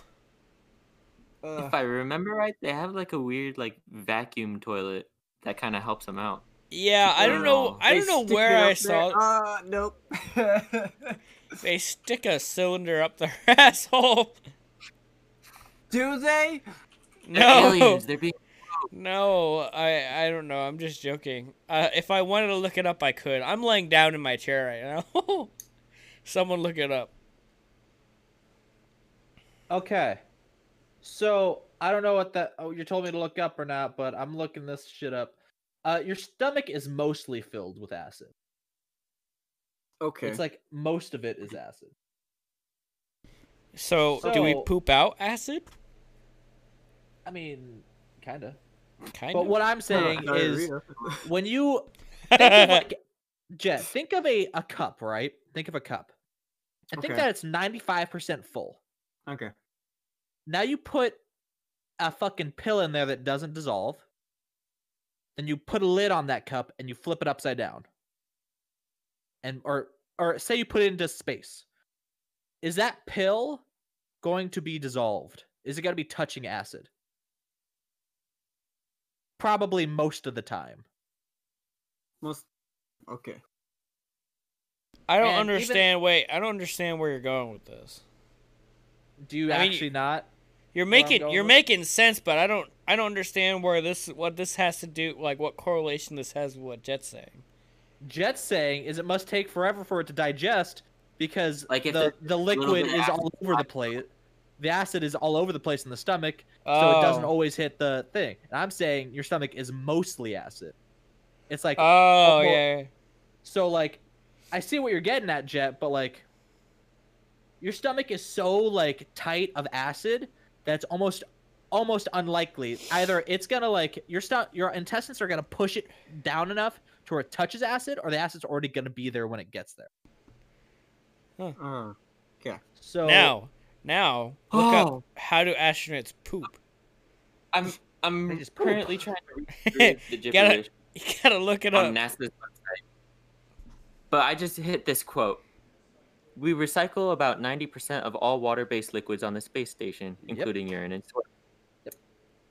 Uh, If I remember right, they have like a weird like vacuum toilet that kind of helps them out. Yeah, I don't know. Oh, Wow. I they don't know stick it where I up saw there. Uh, it. nope. They stick a cylinder up their asshole. Do they? They're No, aliens. They're being no, I, I don't know. I'm just joking. Uh, if I wanted to look it up, I could. I'm laying down in my chair right now. Someone look it up. Okay. So I don't know what that. Oh, you told me to look up or not, but I'm looking this shit up. Uh, your stomach is mostly filled with acid. Okay. It's like most of it is acid. So, do we So- poop out acid? I mean, kind of. Kind But of. what I'm saying Kinda is diarrhea. when you think of like, Jet, think of a, a cup, right? Think of a cup. I think Okay. that it's 95% full. okay. Now you put a fucking pill in there that doesn't dissolve. Then you put a lid on that cup and you flip it upside down. And or or say you put it into space. Is that pill going to be dissolved? Is it going to be touching acid? Probably most of the time. Most. Okay. I don't and even- understand. Wait, I don't understand where you're going with this. Do you I mean, actually not? Where You're I'm making going you're with- making sense, but I don't I don't understand where this what this has to do like what correlation this has with what Jet's saying. Jet's saying is it must take forever for it to digest because Like, if the, there's the a little liquid bit of is acid all over the place. The acid is all over the place in the stomach, so oh. it doesn't always hit the thing. And I'm saying your stomach is mostly acid. It's like Oh almo- yeah. yeah. so like I see what you're getting at, Jet, but like your stomach is so like tight of acid that's almost almost unlikely. Either it's gonna like your stu- your intestines are gonna push it down enough to where it touches acid, or the acid's already gonna be there when it gets there. Uh, So Now now look up Oh. how do astronauts poop. I'm They I'm just poop. currently trying to read through the Gotta- gibberish You gotta look Oh, it up. on NASA's website. But I just hit this quote. We recycle about 90% of all water-based liquids on the space station, Yep. including urine and sweat.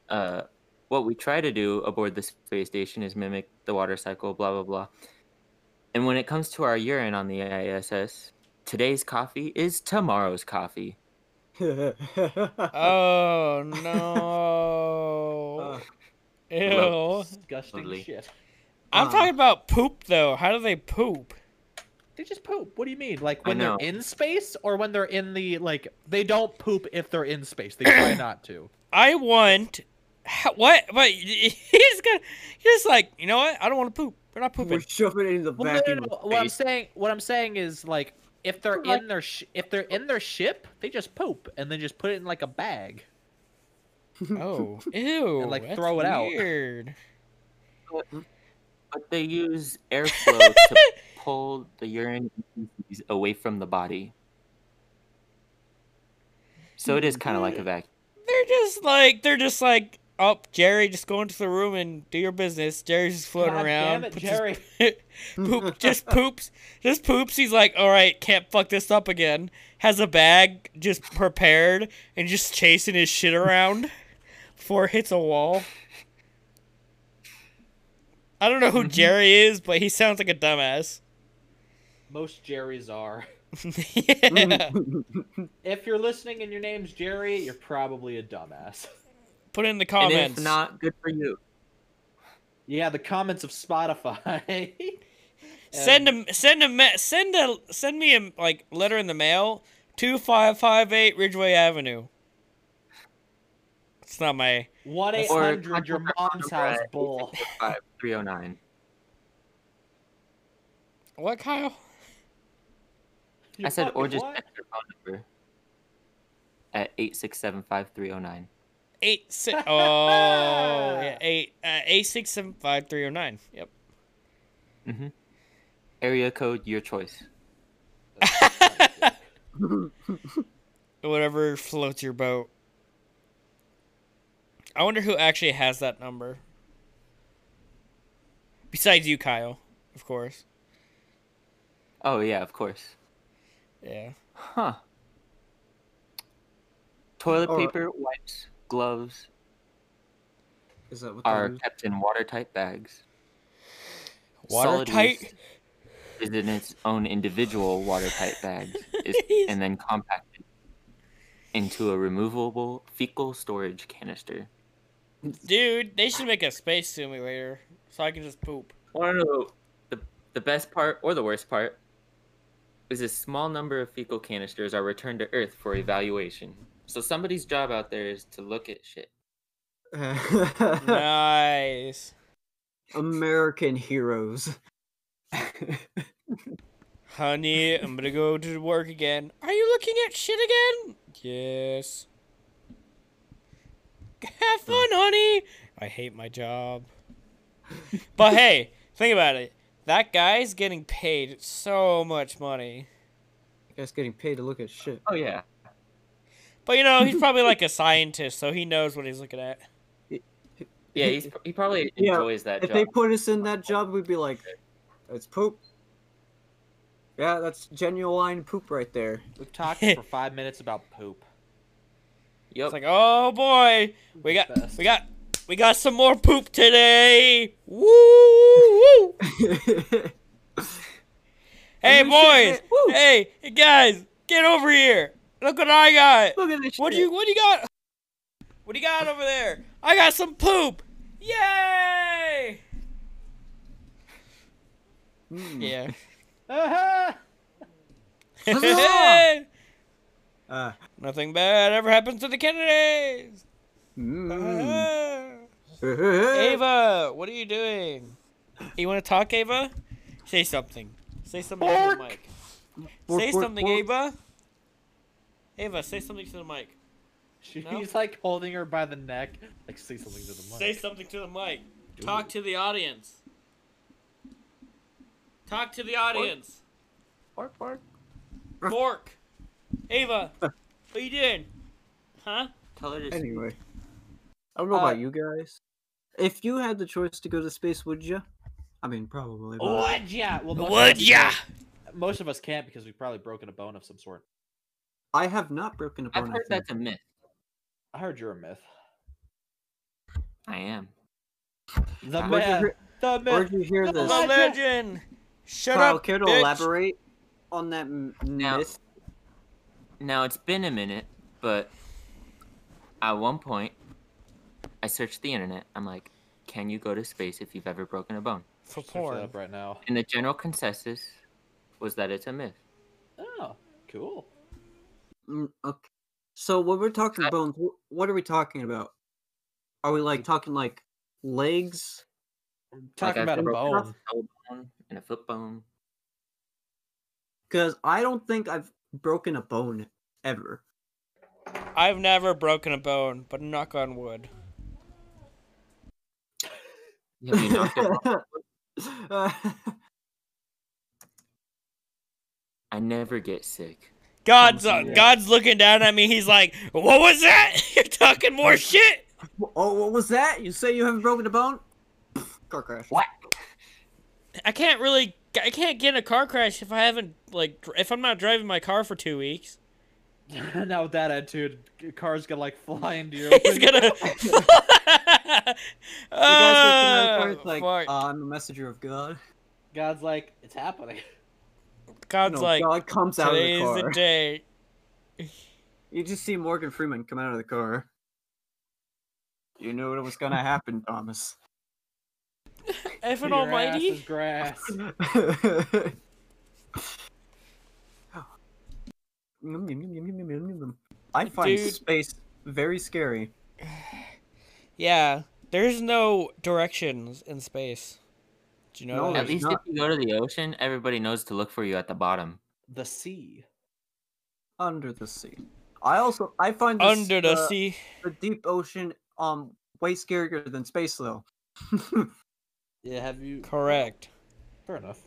Uh, what we try to do aboard the space station is mimic the water cycle, blah blah blah. And when it comes to our urine on the ISS, today's coffee is tomorrow's coffee. Oh no. Oh, Uh, Ew. disgusting Lovely. shit. I'm uh. talking about poop though. How do they poop? They just poop. What do you mean? Like I when they're know. in space or when they're in the like they don't poop if they're in space. They try not to. I want how, what but he's gonna he's just like, you know what? I don't wanna poop. We're not we're pooping. shoving it in the Well, no, no, vacuum. no. of What I'm space. saying, what I'm saying is like if they're Like- in their sh- if they're in their ship, they just poop and then just put it in like a bag. Oh, ew! like, that's throw it out. Weird. But they use airflow to pull the urine and feces away from the body. So it is kind of like a vacuum. They're just like they're just like up, Jerry. Just go into the room and do your business. Jerry's just floating God around. damn it, puts his- Jerry. poop, just poops, just poops. He's like, all right, can't fuck this up again. Has a bag just prepared and just chasing his shit around before it hits a wall. I don't Mm-hmm. know who Jerry is, but he sounds like a dumbass. Most Jerrys are. yeah. If you're listening and your name's Jerry, you're probably a dumbass. Put in the And comments. if not, good for you. Yeah, the comments of Spotify. send a send a me- send a send me a like letter in the mail. Two five five eight Ridgeway Avenue. It's not my. one eight Or hundred your contact mom's number house at bull. 309. What, Kyle? I said, or fucking just what? text your phone number at 8675309. Eight six. Oh, yeah, eight uh, eight six seven five three zero nine. Yep. Area code, your choice. Whatever floats your boat. I wonder who actually has that number. Besides you, Kyle, of course. Oh, yeah, of course. Yeah. Huh. Toilet Or- paper, wipes, gloves Is that what are kept in watertight bags. Solid Watertight. waste Is in its own individual watertight bags is, and then compacted into a removable fecal storage canister. Dude, they should make a space simulator so I can just poop. want to know the, the best part or the worst part is a small number of fecal canisters are returned to Earth for evaluation. So somebody's job out there is to look at shit. nice. American heroes. Honey, I'm gonna go to work again. Are you looking at shit again? Yes. Have fun, honey. I hate my job. but hey, think about it. That guy's getting paid so much money. Guys getting paid to look at shit. Oh yeah. But you know, he's probably like a scientist, so he knows what he's looking at. Yeah, he's, he probably Yeah, enjoys that If job. they put us in that job, we'd be like, "That's poop." Yeah, that's genuine poop right there. We've talked for five minutes about poop. Yep. It's like, oh boy, we got, we got, we got some more poop today. Woo! woo. hey And we should boys, get- woo. hey guys, get over here. Look what I got. Look at this. What do shit. you, what do you got? What do you got over there? I got some poop. Yay! Mm. Yeah. Ah-ha! Huzzah! Uh, Nothing bad ever happens to the Kennedys. Ah. mm. Ava, what are you doing? You want to talk, Ava? Say something. Say something to the Bork. mic. Bork, say bork, something, bork. Ava. Ava, say something to the mic. She's No? like holding her by the neck, like say something to the mic. Say something to the mic. Talk to the audience. Talk to the audience. bark, bark. Bork. Ava, what are you doing? Huh? Tell her to s- Anyway, I don't know Uh, about you guys. If you had the choice to go to space, would you? I mean, probably. but- Would ya? Well, most of us Would ya? can't- Most of us can't because we've probably broken a bone of some sort. I have not broken a I've bone. I heard think. that's a myth. I heard you're a myth. I am. The Where'd you myth. hear- The myth. Where'd you hear Come this? on, The legend. Shut Kyle, up, care to bitch. elaborate on that m- Now- myth? Now it's been a minute, but at one point, I searched the internet. I'm like, can you go to space if you've ever broken a bone? For Search that porn. up right now. And the general consensus was that it's a myth. Oh, cool. Mm, okay. So when we're talking I- bones, wh- what are we talking about? Are we like talking like legs? Talking I've about a been bone. broken up. Toe bone and a foot bone. Because I don't think I've broken a bone ever. I've never broken a bone, but knock on wood. Have you knocked it off? I never get sick. God's Come uh, see me. God's looking down at me. He's like, "What was that? You're talking more shit." oh, what was that? You say you haven't broken a bone? Pff, Car crash. What? I can't really. I can't get in a car crash if I haven't like dr- if I'm not driving my car for two weeks. now with that attitude, your car's gonna like fly into your. He's window. gonna. You guys get to know, Uh, of course, like, fuck. "Uh, I'm a messenger of God. God's like, it's happening. God's No, like, God comes out of the today's car. the day. You just see Morgan Freeman come out of the car. You knew it was gonna happen, Thomas. Evan Almighty. grass. I find Dude. space very scary. Yeah, there's no directions in space. Do you know? No, that? At there's least not. if you go to the ocean, everybody knows to look for you at the bottom. The sea. Under the sea. I also I find this, under the uh, sea. the deep ocean um way scarier than space though. Yeah, have you? Correct. Fair enough.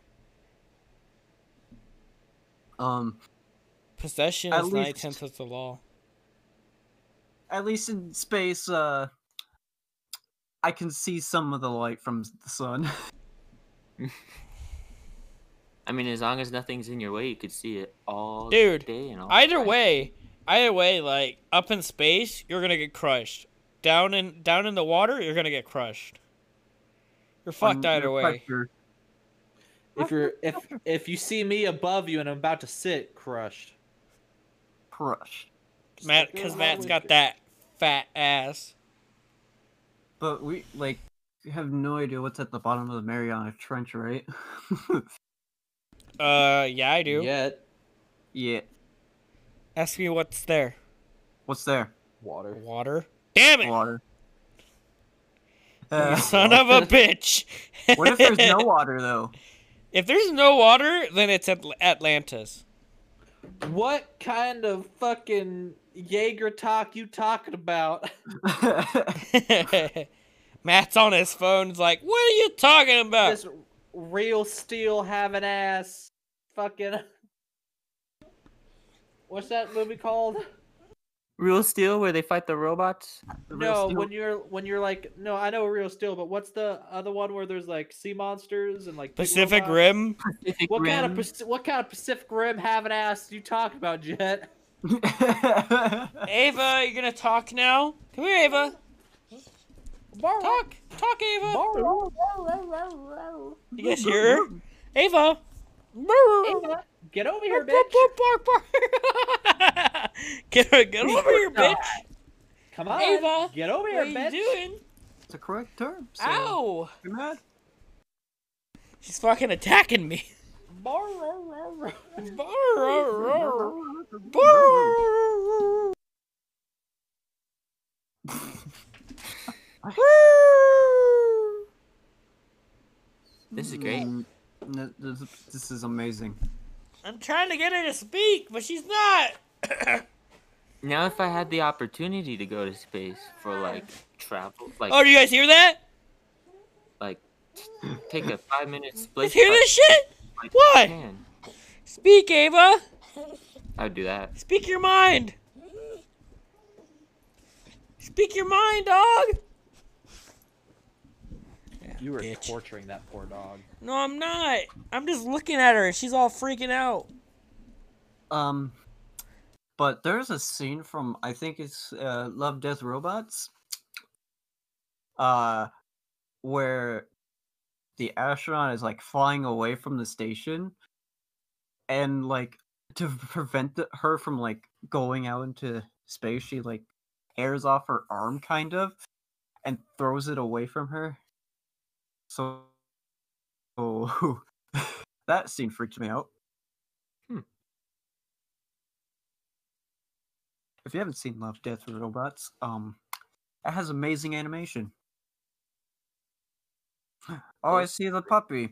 um Possession At is nine least- tenths of the law. at least in space uh I can see some of the light from the sun. I mean, as long as nothing's in your way, you could see it all Dude, day and all Either night. way, either way, like up in space, you're gonna get crushed. Down in down in the water, you're gonna get crushed. You're fucked Um, either your way. pressure- If you're if if you see me above you and I'm about to sit, crushed. crushed. Just Matt, like, because "Oh, Matt's we got did." that fat ass. But we like we have no idea what's at the bottom of the Mariana Trench, right? Uh, yeah, I do. Yet yeah. Ask me what's there. What's there? water. Water. Damn it, Water. you Uh, son of a bitch. what if there's no water though? If there's no water, then it's at Atlantis. What kind of fucking Jaeger talk you talking about? Matt's on his phone. He's like, "What are you talking about?" this real steel having ass fucking. What's that movie called? Real Steel, where they fight the robots. The real No, steel- when you're when you're like, no, I know real steel, but what's the other one where there's like sea monsters and like big Pacific robots? Rim. Pacific What kind of Rim. Paci- what kind of Pacific Rim having ass you talking about, Jet? Ava, you gonna talk now? Come here, Ava. Talk, talk, Ava. You guys hear her? Ava. Ava, Get over here, Bark, bitch! bark, bark. Get her, get over here, bitch. Come on, Ava, Get over What are here, you bitch! doing? It's the correct term. So Ow! you mad? She's fucking attacking me. This is great. Mm, n- this- This is amazing. I'm trying to get her to speak, but she's not. Now, if I had the opportunity to go to space for like travel, like Oh, do you guys hear that? like t- take a five minute You split. guys hear bus this shit? like What? Japan, Speak, Ava. I would do that. Speak your mind. Speak your mind, dog. You were Bitch. torturing that poor dog. No, I'm not. I'm just looking at her. She's all freaking out. Um, but there's a scene from I think it's uh, Love, Death, Robots, uh, where the astronaut is like flying away from the station, and like to prevent the, her from like going out into space, she like tears off her arm kind of, and throws it away from her. So, oh, that scene freaked me out. if you haven't seen Love, Death, and Robots, um, it has amazing animation. Oh, I see the puppy.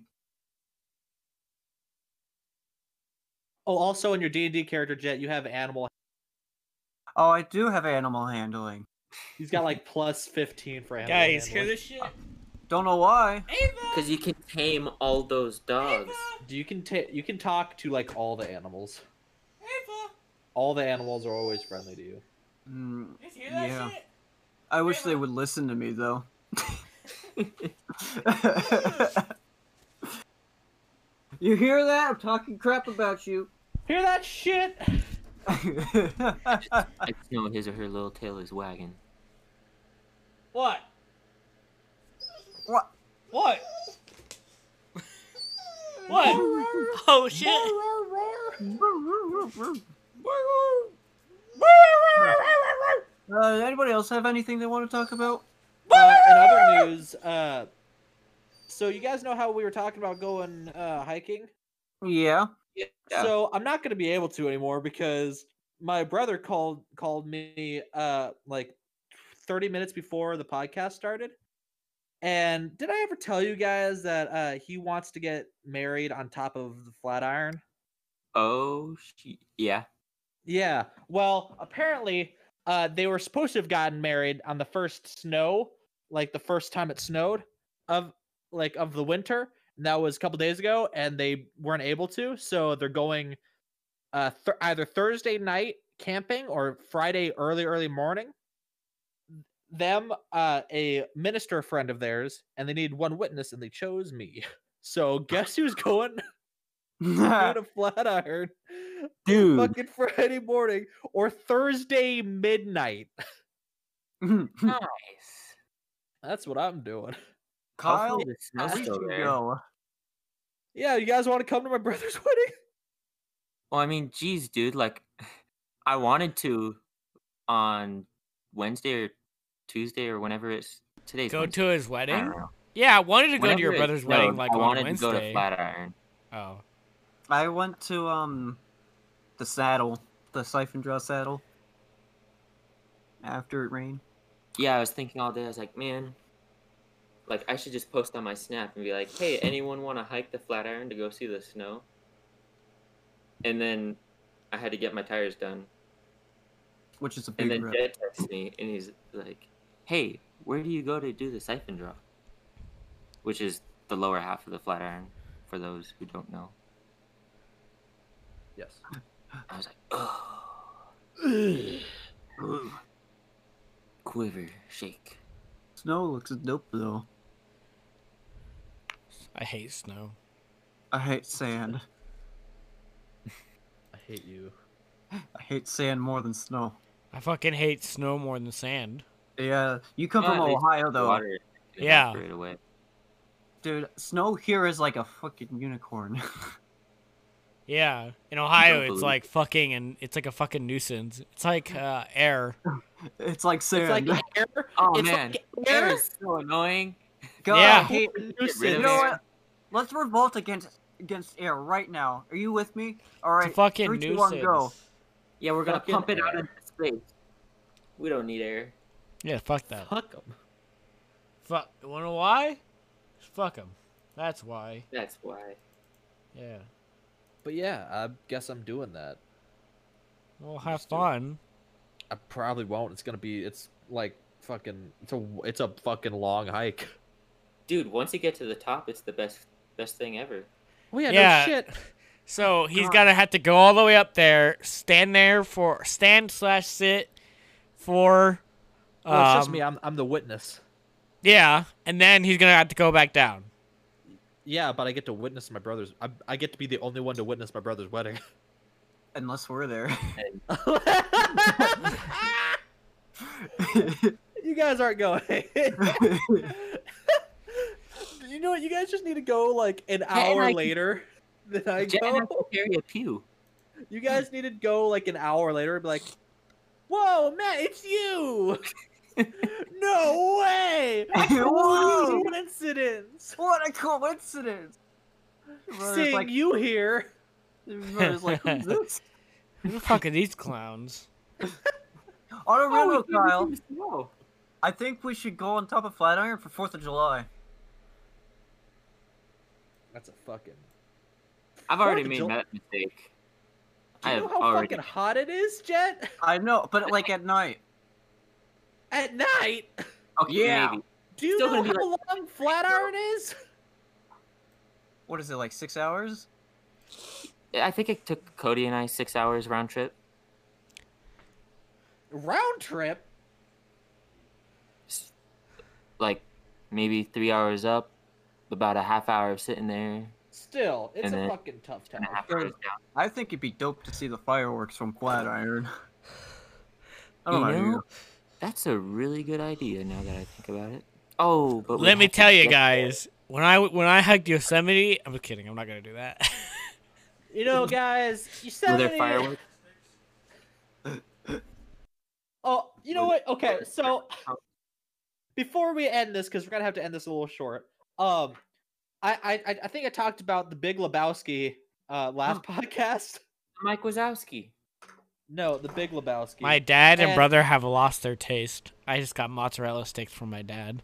Oh, also in your D and D character, Jet, you have animal. Oh, I do have animal handling. He's got like plus fifteen for animal. Guys, hear handling. this shit? Don't know why. Ava. Because you can tame all those dogs. Do you can ta- you can talk to like all the animals. Ava. All the animals are always friendly to you. Mm, You guys hear that Yeah. shit? I wish they would listen to me though. you hear that? I'm talking crap about you. Hear that shit? I just know his or her little tail is wagging. What? What? What? what? Uh, Oh shit! Uh, anybody else have anything they want to talk about? Uh, in other news, uh, so you guys know how we were talking about going uh, hiking? Yeah. Yeah. So I'm not gonna be able to anymore because my brother called called me uh like 30 minutes before the podcast started. And did I ever tell you guys that uh he wants to get married on top of the Flatiron? Oh, she- yeah. Yeah. Well, apparently uh they were supposed to have gotten married on the first snow, like the first time it snowed of like of the winter. And that was a couple days ago and they weren't able to, so they're going uh th- either Thursday night camping or Friday early early morning. Them uh a minister friend of theirs and they need one witness and they chose me. So guess who's going to the Flatiron? Dude. fucking Friday morning or Thursday midnight. Nice. That's what I'm doing. Kyle, Hopefully the snow's we still should there. go. Yeah, you guys want to come to my brother's wedding? Well, I mean, geez, dude, like, I wanted to on Wednesday or Tuesday or whenever it's today's. Go Wednesday, to his I don't wedding. know. Yeah, I wanted to go Whenever to your it brother's snowed, wedding like I on wanted Wednesday. to go to Flatiron. Oh, I went to um the saddle, the siphon draw saddle. After it rained. Yeah, I was thinking all day. I was like, man, like I should just post on my snap and be like, hey, anyone want to hike the Flatiron to go see the snow? And then I had to get my tires done. Which is a big And then rip. Jed texts me, and he's like, "Hey, where do you go to do the siphon draw?" Which is the lower half of the Flatiron, for those who don't know. Yes. I was like, "Oh, Ugh. quiver, shake." Snow looks dope though. I hate snow. I hate sand. I hate you. I hate sand more than snow. I fucking hate snow more than sand. Yeah, you come Yeah, from at least Ohio The though, water can Yeah. evaporate away. dude. Snow here is like a fucking unicorn. Yeah, in Ohio, believe it's like fucking, and it's like a fucking nuisance. It's like uh, air. it's like It's like sand. air. Oh it's man, like air air. is so annoying. God, Yeah. I hate. You Really? know what? Let's revolt against against air right now. Are you with me? All It's a right. fucking three, two, nuisance. one, go. Yeah, we're gonna Fucking pump it out air. into space. We don't need air. Yeah, fuck that. Fuck 'em. Fuck. You wanna know why? Fuck them. That's why. That's why. Yeah. But yeah, I guess I'm doing that. Well, have Just do it. fun. I probably won't. It's gonna be. It's like fucking. It's a. It's a fucking long hike. Dude, once you get to the top, it's the best best thing ever. Oh yeah, Yeah. no shit. So he's God. gonna have to go all the way up there, stand there for stand slash sit for. Um, Well, it's just Oh, me. I'm. I'm the witness. Yeah, and then he's gonna have to go back down. Yeah, but I get to witness my brother's. I, I get to be the only one to witness my brother's wedding. Unless we're there. you guys aren't going. you know what? You guys just need to go like an and hour I can- later than I Jen has to go. carry a pew. You guys need to go like an hour later and be like, "Whoa, Matt, it's you! no way! Whoa! What coincidence! What a coincidence! Your brother's Seeing like, you here." your brother's like, who's this? Who the fuck are these clowns? On a Oh, we real note, didn't Kyle, even know. I think we should go on top of Flatiron for 4th of July. That's a fucking. I've already Fourth of made Jul- that mistake. Do I you have know how already. fucking hot it is, Jet? I know, but like at night. At night. Okay, Yeah. maybe. Do you Still know gonna be how long Flatiron is? What is it, like six hours? I think it took Cody and I six hours round trip. Round trip. S- Like maybe three hours up, about a half hour of sitting there, Still, it's And a then- fucking tough and time. a half hours down. I think it'd be dope to see the fireworks from Flatiron. I don't You know. know? That's a really good idea now that I think about it. Oh, but we Let me have to tell you get guys, when I when I hugged Yosemite, I'm kidding. I'm not gonna do that. You know, guys, you there. said Were there fireworks? Oh, you know Were- what? Okay, so before we end this, because we're gonna have to end this a little short. Um, I I I- I think I talked about the Big Lebowski uh last podcast. Mike Wazowski. No, the Big Lebowski. my dad and And- brother have lost their taste. I just got mozzarella sticks from my dad.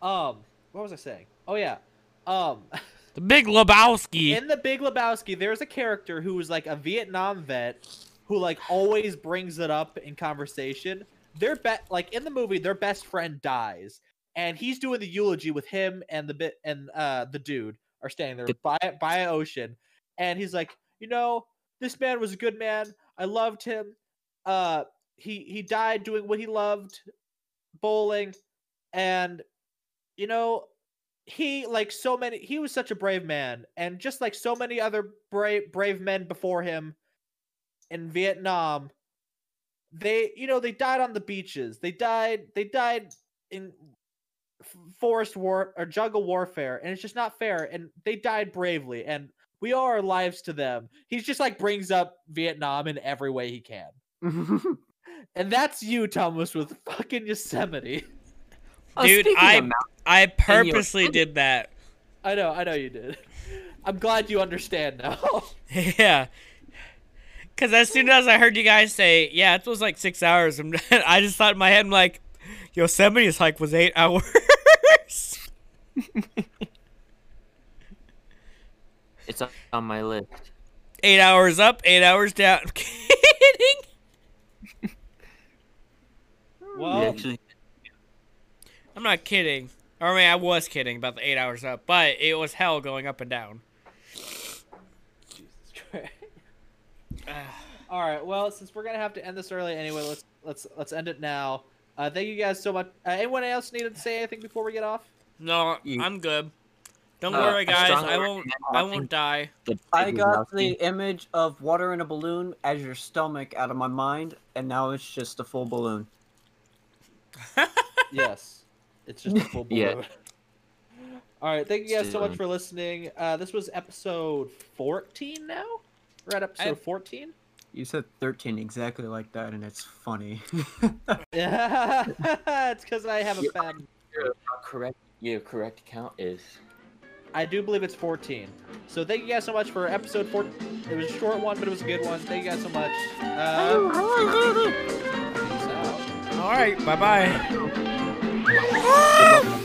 Um, what was I saying? Oh yeah. Um, The Big Lebowski. in the Big Lebowski, there's a character who is like a Vietnam vet who like always brings it up in conversation. Their bet, like in the movie, their best friend dies, and he's doing the eulogy with him and the bit and uh the dude are standing there The- by by an ocean, and he's like, you know, this man was a good man. I loved him. Uh, he he died doing what he loved, bowling, and you know he like so many he was such a brave man and just like so many other brave brave men before him in Vietnam they you know they died on the beaches they died they died in f- forest war or jungle warfare and it's just not fair and they died bravely and we owe our lives to them he's just like brings up Vietnam in every way he can and that's you Thomas with fucking Yosemite Oh, Dude, speaking I- of Mount- I purposely did that. I know, I know you did. I'm glad you understand now. yeah. Cause as soon as I heard you guys say, yeah, it was like six hours, I'm, I just thought in my head, I'm like, Yosemite's hike was eight hours. it's on my list. eight hours up, eight hours down. I'm kidding. We well, actually, I'm not kidding. Or I mean, I was kidding about the eight hours up, but it was hell going up and down. Jesus Christ. All right. Well, since we're gonna have to end this early anyway, let's let's let's end it now. Uh, thank you guys so much. Uh, anyone else needed to say anything before we get off? No, You- I'm good. Don't Uh, worry, I guys. strongly I won't. recommend I watching won't die. the I Big got the Lebowski. image of water in a balloon as your stomach out of my mind, and now it's just a full balloon. yes. It's just a full balloon. Yeah. All right. Thank you guys so much Still. for listening. Uh, this was episode 14 now. We're at episode I- 14. You said 13 exactly like that, and it's funny. Yeah. it's because I have a Yeah. pen. Your correct. Your correct count is. I do believe it's 14. So thank you guys so much for episode 4. It was a short one, but it was a good one. Thank you guys so much. Uh, peace out. All right. Bye bye. Good luck.